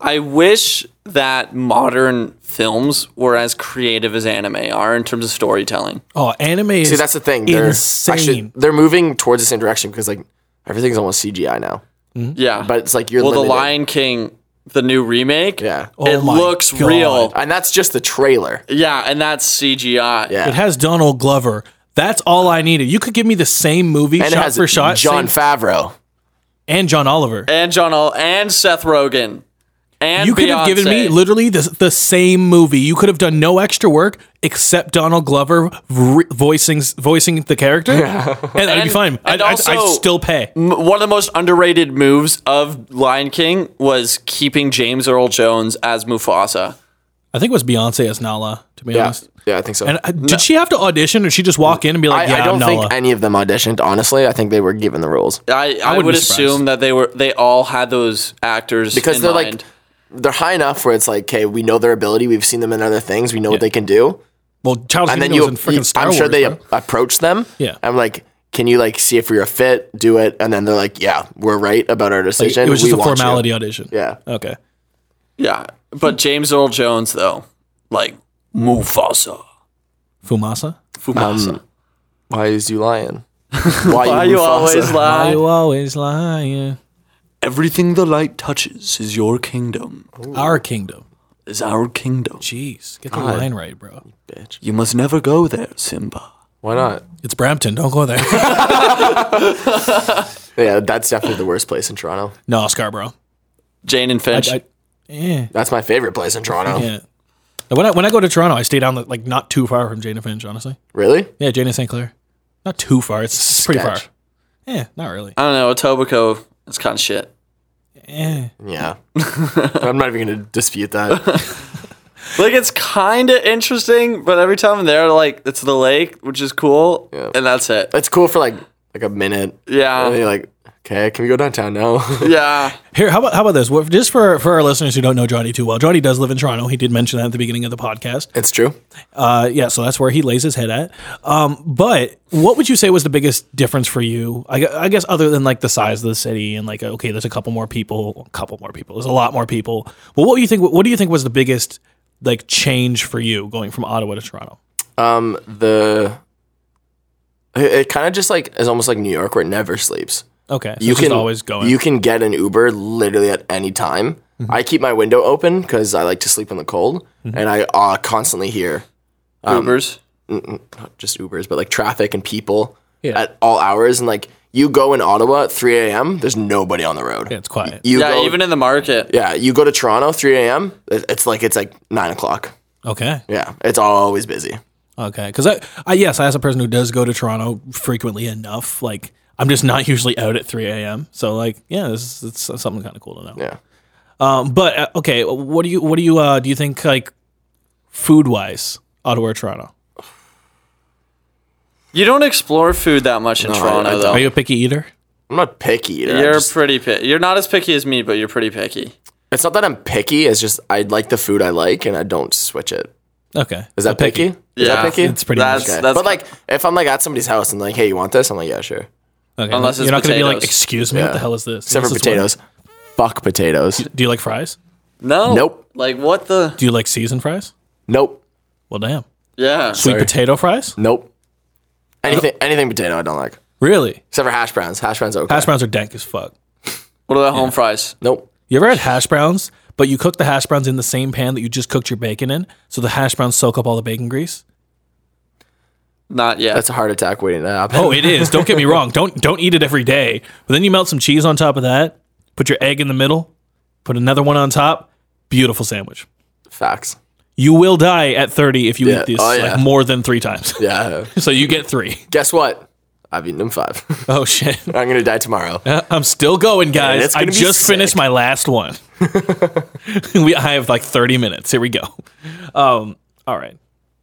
Speaker 3: I wish that modern films were as creative as anime are in terms of storytelling.
Speaker 1: Oh, anime is
Speaker 4: See, that's the thing. They're
Speaker 1: insane.
Speaker 4: actually they're moving towards the same direction because like everything's almost CGI now.
Speaker 3: Yeah.
Speaker 4: But it's like you're
Speaker 3: well,
Speaker 4: limited.
Speaker 3: the Lion King, the new remake.
Speaker 4: Yeah.
Speaker 1: Oh
Speaker 3: it
Speaker 1: my
Speaker 3: looks
Speaker 1: God.
Speaker 3: real.
Speaker 4: And that's just the trailer.
Speaker 3: Yeah, and that's CGI.
Speaker 1: it
Speaker 4: Yeah.
Speaker 1: has Donald Glover. That's all I needed. You could give me the same movie
Speaker 4: And
Speaker 1: shot
Speaker 4: it has
Speaker 1: for shot,
Speaker 4: John
Speaker 1: same-
Speaker 4: Favreau.
Speaker 1: and John Oliver.
Speaker 3: And John Ol- and Seth Rogen. And
Speaker 1: you could have given me
Speaker 3: Beyonce.
Speaker 1: literally the, the same movie. You could have done no extra work except Donald Glover re- voicing voicing the character, and I'd be
Speaker 3: And-
Speaker 1: fine. I'd,
Speaker 3: and
Speaker 1: I'd, I'd
Speaker 3: also-
Speaker 1: still pay.
Speaker 3: M- one of the most underrated moves of Lion King was keeping James Earl Jones as Mufasa.
Speaker 1: I think it was Beyonce as Nala, to be
Speaker 4: Yeah.
Speaker 1: honest.
Speaker 4: Yeah, I think so.
Speaker 1: And uh, did she have to audition, or she just walk in and be
Speaker 4: I,
Speaker 1: like, "Yeah,
Speaker 4: I
Speaker 1: I
Speaker 4: don't
Speaker 1: am Nala"?
Speaker 4: think any of them auditioned, honestly. I think they were given the roles.
Speaker 3: I, I,
Speaker 1: wouldn't
Speaker 3: would
Speaker 1: be surprised.
Speaker 3: assume that they were they all had those actors
Speaker 4: Because
Speaker 3: in
Speaker 4: they're like-
Speaker 3: mind.
Speaker 4: They're high enough where it's like, okay, we know their ability, we've seen them in other things, we know what they can do.
Speaker 1: well, Charles
Speaker 4: And then
Speaker 1: Gambino
Speaker 4: you,
Speaker 1: was in freaking
Speaker 4: you-
Speaker 1: Star
Speaker 4: I'm
Speaker 1: Wars.
Speaker 4: sure they
Speaker 1: bro.
Speaker 4: approach them.
Speaker 1: Yeah.
Speaker 4: I'm like, can you like see if we are fit, do it, and then they're like, yeah, we're right about our decision.
Speaker 1: it was
Speaker 4: we
Speaker 1: just a
Speaker 4: want you.
Speaker 1: formality audition.
Speaker 4: Yeah.
Speaker 1: Okay.
Speaker 3: yeah, but James Earl Jones though, like Mufasa,
Speaker 1: Fumasa.
Speaker 3: Fumasa.
Speaker 4: Why is you lying? Why,
Speaker 3: Why you always
Speaker 1: Why
Speaker 3: lie?
Speaker 1: you always lying?
Speaker 3: Everything the light touches is your kingdom.
Speaker 1: Our kingdom.
Speaker 3: Is our kingdom.
Speaker 1: Jeez, get the line right, bro.
Speaker 3: You must never go there, Simba.
Speaker 4: Why not?
Speaker 1: It's Brampton. Don't go there.
Speaker 4: Yeah, that's definitely the worst place in Toronto.
Speaker 1: no, Scarborough.
Speaker 3: Jane and Finch.
Speaker 1: I, yeah.
Speaker 4: That's my favorite place in Toronto.
Speaker 1: Yeah. Now, When I when I go to Toronto, I stay down the, like not too far from Jane and Finch, honestly.
Speaker 4: Really?
Speaker 1: Yeah, Jane and St. Clair. Not too far. It's pretty far.
Speaker 4: Sketch.
Speaker 1: Yeah, not really.
Speaker 3: I don't know. Etobicoke. It's kind of shit.
Speaker 1: Yeah.
Speaker 4: Yeah. I'm not even going to dispute that.
Speaker 3: Like it's kind of interesting, but every time I'm there, like it's the lake, which is cool,
Speaker 4: Yeah.
Speaker 3: and that's it.
Speaker 4: It's cool for like like a minute. And then
Speaker 3: Yeah,
Speaker 4: you're like, okay, can we go downtown now?
Speaker 3: yeah.
Speaker 1: Here, how about how about this? What- Just for for our listeners who don't know Johnny too well, Johnny does live in Toronto. He did mention that at the beginning of the podcast.
Speaker 4: it's true.
Speaker 1: Uh, yeah, so that's where he lays his head at. Um, but what would you say was the biggest difference for you? I, gu- I guess other than like the size of the city and like okay, there's a couple more people, a couple more people, there's a lot more people. But what do you think? What do you think was the biggest like change for you going from Ottawa to Toronto?
Speaker 4: Um, the it, kind of just like is almost like New York where it never sleeps.
Speaker 1: Okay, so you can always going. Mm-hmm.
Speaker 4: You can get an Uber literally at any time. I keep my window open because I like to sleep in the cold, and I uh, constantly hear Um,
Speaker 3: Ubers.
Speaker 4: not just Ubers, but like traffic and people
Speaker 1: Yeah.
Speaker 4: at all hours. And like you go in Ottawa at 3 a.m., there's nobody on the road.
Speaker 1: Yeah, it's quiet.
Speaker 4: You
Speaker 3: Yeah,
Speaker 4: go,
Speaker 3: even in the market.
Speaker 4: yeah, you go to Toronto 3 a.m. it- It's like it's like nine o'clock.
Speaker 1: Okay.
Speaker 4: Yeah, it's always busy.
Speaker 1: Okay, because I, I yes, as a person who does go to Toronto frequently enough, like I'm just not usually out at 3 a.m. So like, yeah, this is, it's something kind of cool to know.
Speaker 4: Yeah,
Speaker 1: Um, but uh, okay, what do you what do you uh do you think like food wise, Ottawa or Toronto?
Speaker 3: You don't explore food that much in
Speaker 4: No, I-
Speaker 3: Toronto,
Speaker 4: I
Speaker 3: though.
Speaker 1: Are you a picky eater?
Speaker 4: I'm not picky. Either. I
Speaker 3: You're
Speaker 4: just-
Speaker 3: pretty picky. You're not as picky as me, but you're pretty picky.
Speaker 4: it's not that I'm picky. It's just I like the food I like and I don't switch it.
Speaker 1: Okay,
Speaker 4: Is that picky? Is
Speaker 3: Yeah.
Speaker 4: that picky?
Speaker 1: It's pretty
Speaker 3: that's
Speaker 1: much
Speaker 4: Okay.
Speaker 3: that's
Speaker 4: but like if I'm like at somebody's house and like, hey, you want this? I'm like, yeah, sure.
Speaker 1: okay.
Speaker 3: unless it's
Speaker 1: you're not gonna be like,
Speaker 3: potatoes.
Speaker 1: excuse me, what
Speaker 4: Yeah.
Speaker 1: the hell is this?
Speaker 4: Except
Speaker 1: This
Speaker 4: for
Speaker 1: is what-
Speaker 4: potatoes. Fuck potatoes.
Speaker 1: do you like fries?
Speaker 3: no,
Speaker 4: Nope.
Speaker 3: Like what the?
Speaker 1: Do you like seasoned fries?
Speaker 4: Nope.
Speaker 1: Well, damn,
Speaker 3: Yeah,
Speaker 1: sweet potato fries.
Speaker 4: Nope. Anything anything potato I don't like.
Speaker 1: Really,
Speaker 4: Except for hash browns. Hash browns are okay.
Speaker 1: hash browns are dank as fuck.
Speaker 3: What about home fries?
Speaker 4: Nope.
Speaker 1: You ever had hash browns, but you cook the hash browns in the same pan that you just cooked your bacon in, so the hash browns soak up all the bacon grease?
Speaker 3: Not yet.
Speaker 4: That's a heart attack waiting to happen.
Speaker 1: Oh, it is. Don't get me wrong. Don't don't eat it every day. But then you melt some cheese on top of that, put your egg in the middle, put another one on top. Beautiful sandwich.
Speaker 4: Facts.
Speaker 1: You will die at 30 if you
Speaker 4: Yeah.
Speaker 1: eat this
Speaker 4: Oh, yeah.
Speaker 1: like more than 3 times.
Speaker 4: Yeah.
Speaker 1: so you get 3.
Speaker 4: Guess what? I've eaten them five.
Speaker 1: Oh shit. Uh,
Speaker 4: I'm gonna die tomorrow.
Speaker 1: I'm still going, guys.
Speaker 4: it's
Speaker 1: I
Speaker 4: gonna be
Speaker 1: just
Speaker 4: sick.
Speaker 1: finished my last one. we I have like 30 minutes. Here we go. Um all right.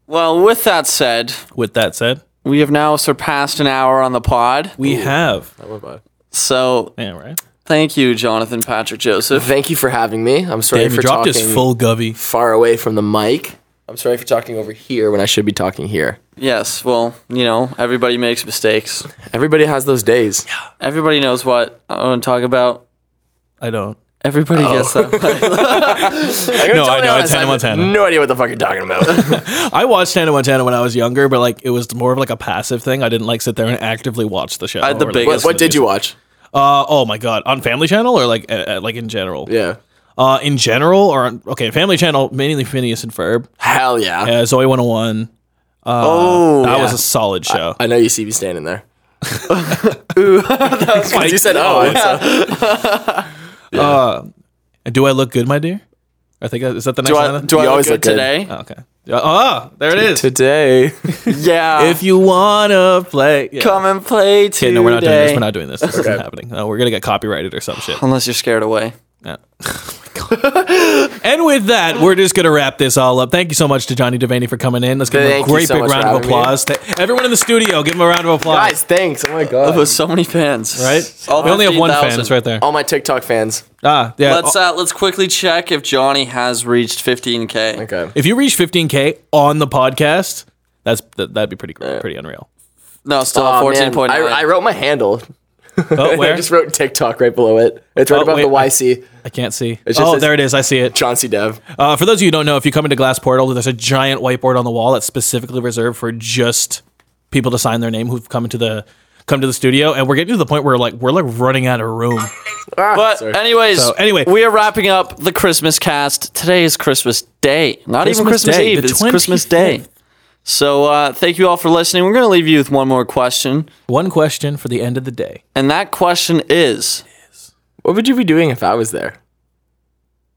Speaker 3: well, with that said,
Speaker 1: With that said,
Speaker 3: we have now surpassed an hour on the pod.
Speaker 1: we have
Speaker 4: Bye-bye.
Speaker 3: So
Speaker 1: Yeah, right.
Speaker 3: thank you, Jonathan Patrick Joseph.
Speaker 4: Thank you for having me. I'm sorry
Speaker 1: Damn, you
Speaker 4: for
Speaker 1: dropped
Speaker 4: talking
Speaker 1: his full gubby.
Speaker 4: far away from the mic. I'm sorry for talking over here when I should be talking here.
Speaker 3: Yes. Well, you know, everybody makes mistakes.
Speaker 4: Everybody has those days.
Speaker 3: Everybody knows what I want to talk about.
Speaker 1: I don't.
Speaker 3: Everybody gets
Speaker 1: Oh.
Speaker 3: that.
Speaker 1: No, I know. It's Hannah
Speaker 4: I have
Speaker 1: Montana.
Speaker 4: no idea what the fuck you're talking about.
Speaker 1: I watched Hannah Montana when I was younger, but like it was more of like a passive thing. I didn't like sit there and actively watch the show.
Speaker 3: I had the
Speaker 1: or, like,
Speaker 3: biggest-
Speaker 1: listen
Speaker 4: what, what
Speaker 1: to
Speaker 4: did
Speaker 1: the
Speaker 4: you
Speaker 1: music.
Speaker 4: watch?
Speaker 1: Uh, oh my god, on Family Channel or like uh, uh, like in general?
Speaker 4: Yeah.
Speaker 1: Uh, in general or on, okay, Family Channel mainly Phineas and Ferb,
Speaker 4: Hell yeah.
Speaker 1: uh, Zoe 101.
Speaker 3: oh,
Speaker 1: That
Speaker 3: yeah.
Speaker 1: was a solid show.
Speaker 4: I know you see me standing there.
Speaker 1: Like,
Speaker 4: You
Speaker 3: uh,
Speaker 4: said, oh, it's a-
Speaker 1: do I look good, my dear? I think I, is that the next
Speaker 3: do I
Speaker 1: line?
Speaker 3: do I
Speaker 4: You
Speaker 3: look
Speaker 4: always
Speaker 3: good,
Speaker 4: look good.
Speaker 3: today?
Speaker 1: Oh, okay. Ah, there it is.
Speaker 4: today.
Speaker 3: yeah.
Speaker 1: If you wanna play, yeah.
Speaker 3: come and play today.
Speaker 1: Okay, no, we're not doing this. We're not doing this. This isn't happening. No, we're gonna get copyrighted or some shit.
Speaker 3: Unless you're scared away.
Speaker 1: Yeah. and with that, we're just going to wrap this all up. Thank you so much to Johnny Devaney for coming in. Let's give him a
Speaker 4: Thank you
Speaker 1: great
Speaker 4: so
Speaker 1: big
Speaker 4: much for
Speaker 1: round of
Speaker 4: having me.
Speaker 1: applause. Th- Everyone in the studio, give him a round of applause.
Speaker 4: Guys, thanks. Oh my god.
Speaker 3: With so many fans,
Speaker 1: Right?
Speaker 3: All
Speaker 1: we only have one
Speaker 3: 15,000.
Speaker 1: fan. It's right there.
Speaker 4: All my TikTok fans.
Speaker 1: Ah, yeah.
Speaker 3: Let's uh, let's quickly check if Johnny has reached
Speaker 1: Oh
Speaker 3: 15k.
Speaker 4: Okay.
Speaker 1: if you reach 15K on the podcast, that's that, that'd be pretty great, pretty unreal.
Speaker 3: No, still
Speaker 4: Aw,
Speaker 3: at
Speaker 4: Oh, man,
Speaker 3: 14.9.
Speaker 4: I, I wrote my handle.
Speaker 1: Oh, where?
Speaker 4: I just wrote TikTok right below it. It's right
Speaker 1: Oh,
Speaker 4: above
Speaker 1: wait,
Speaker 4: the YC.
Speaker 1: I can't see.
Speaker 4: It just
Speaker 1: Oh,
Speaker 4: says-
Speaker 1: there it is. I see it.
Speaker 4: John C. Dev.
Speaker 1: Uh, for those of you who don't know, if you come into Glass Portal, there's a giant whiteboard on the wall that's specifically reserved for just people to sign their name who've come into the come to the studio. And we're getting to the point where like we're like running out of room.
Speaker 4: Ah,
Speaker 3: But anyways,
Speaker 1: So, anyway.
Speaker 3: we are wrapping up the Christmas cast. Today is Christmas Day, not even
Speaker 1: Christmas
Speaker 3: Christmas
Speaker 1: Day,
Speaker 3: Eve.
Speaker 1: the
Speaker 3: It's Christmas Day.
Speaker 1: 25th.
Speaker 3: So uh, thank you all for listening. We're going to leave you with one more question,
Speaker 1: One question for the end of the day.
Speaker 3: and that question is
Speaker 4: What would you be doing if I was there?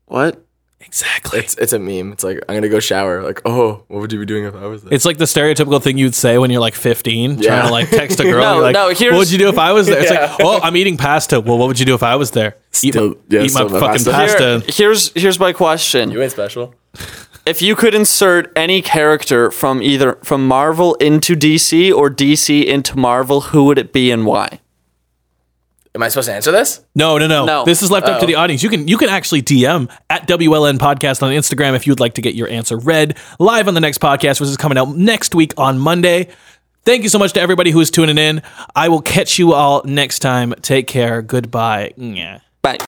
Speaker 3: what?
Speaker 1: Exactly.
Speaker 4: It's it's a meme. It's like I'm gonna go shower. Like, oh, what would you be doing if I was there?
Speaker 1: It's like the stereotypical thing you'd say when you're like 15, trying
Speaker 4: Yeah.
Speaker 1: to like text a girl.
Speaker 3: No,
Speaker 1: you're like,
Speaker 3: no, here's-
Speaker 1: what would you do if I was there? It's like, oh, I'm eating pasta. Well, what would you do if I was there? Eat my,
Speaker 4: Still- yeah,
Speaker 1: eat my
Speaker 4: still my
Speaker 1: fucking
Speaker 4: pasta.
Speaker 1: pasta.
Speaker 3: Here- here's here's my question.
Speaker 4: you ain't special.
Speaker 3: If you could insert any character from either from Marvel into DC or DC into Marvel, who would it be and why?
Speaker 4: Am I supposed to answer this?
Speaker 1: No, no, no,
Speaker 3: No.
Speaker 1: This is left up to the audience. You can you can actually DM at WLN Podcast on Instagram if you'd like to get your answer read live on the next podcast, which is coming out next week on Monday. Thank you so much to everybody who is tuning in. I will catch you all next time. Take care. Goodbye. Yeah.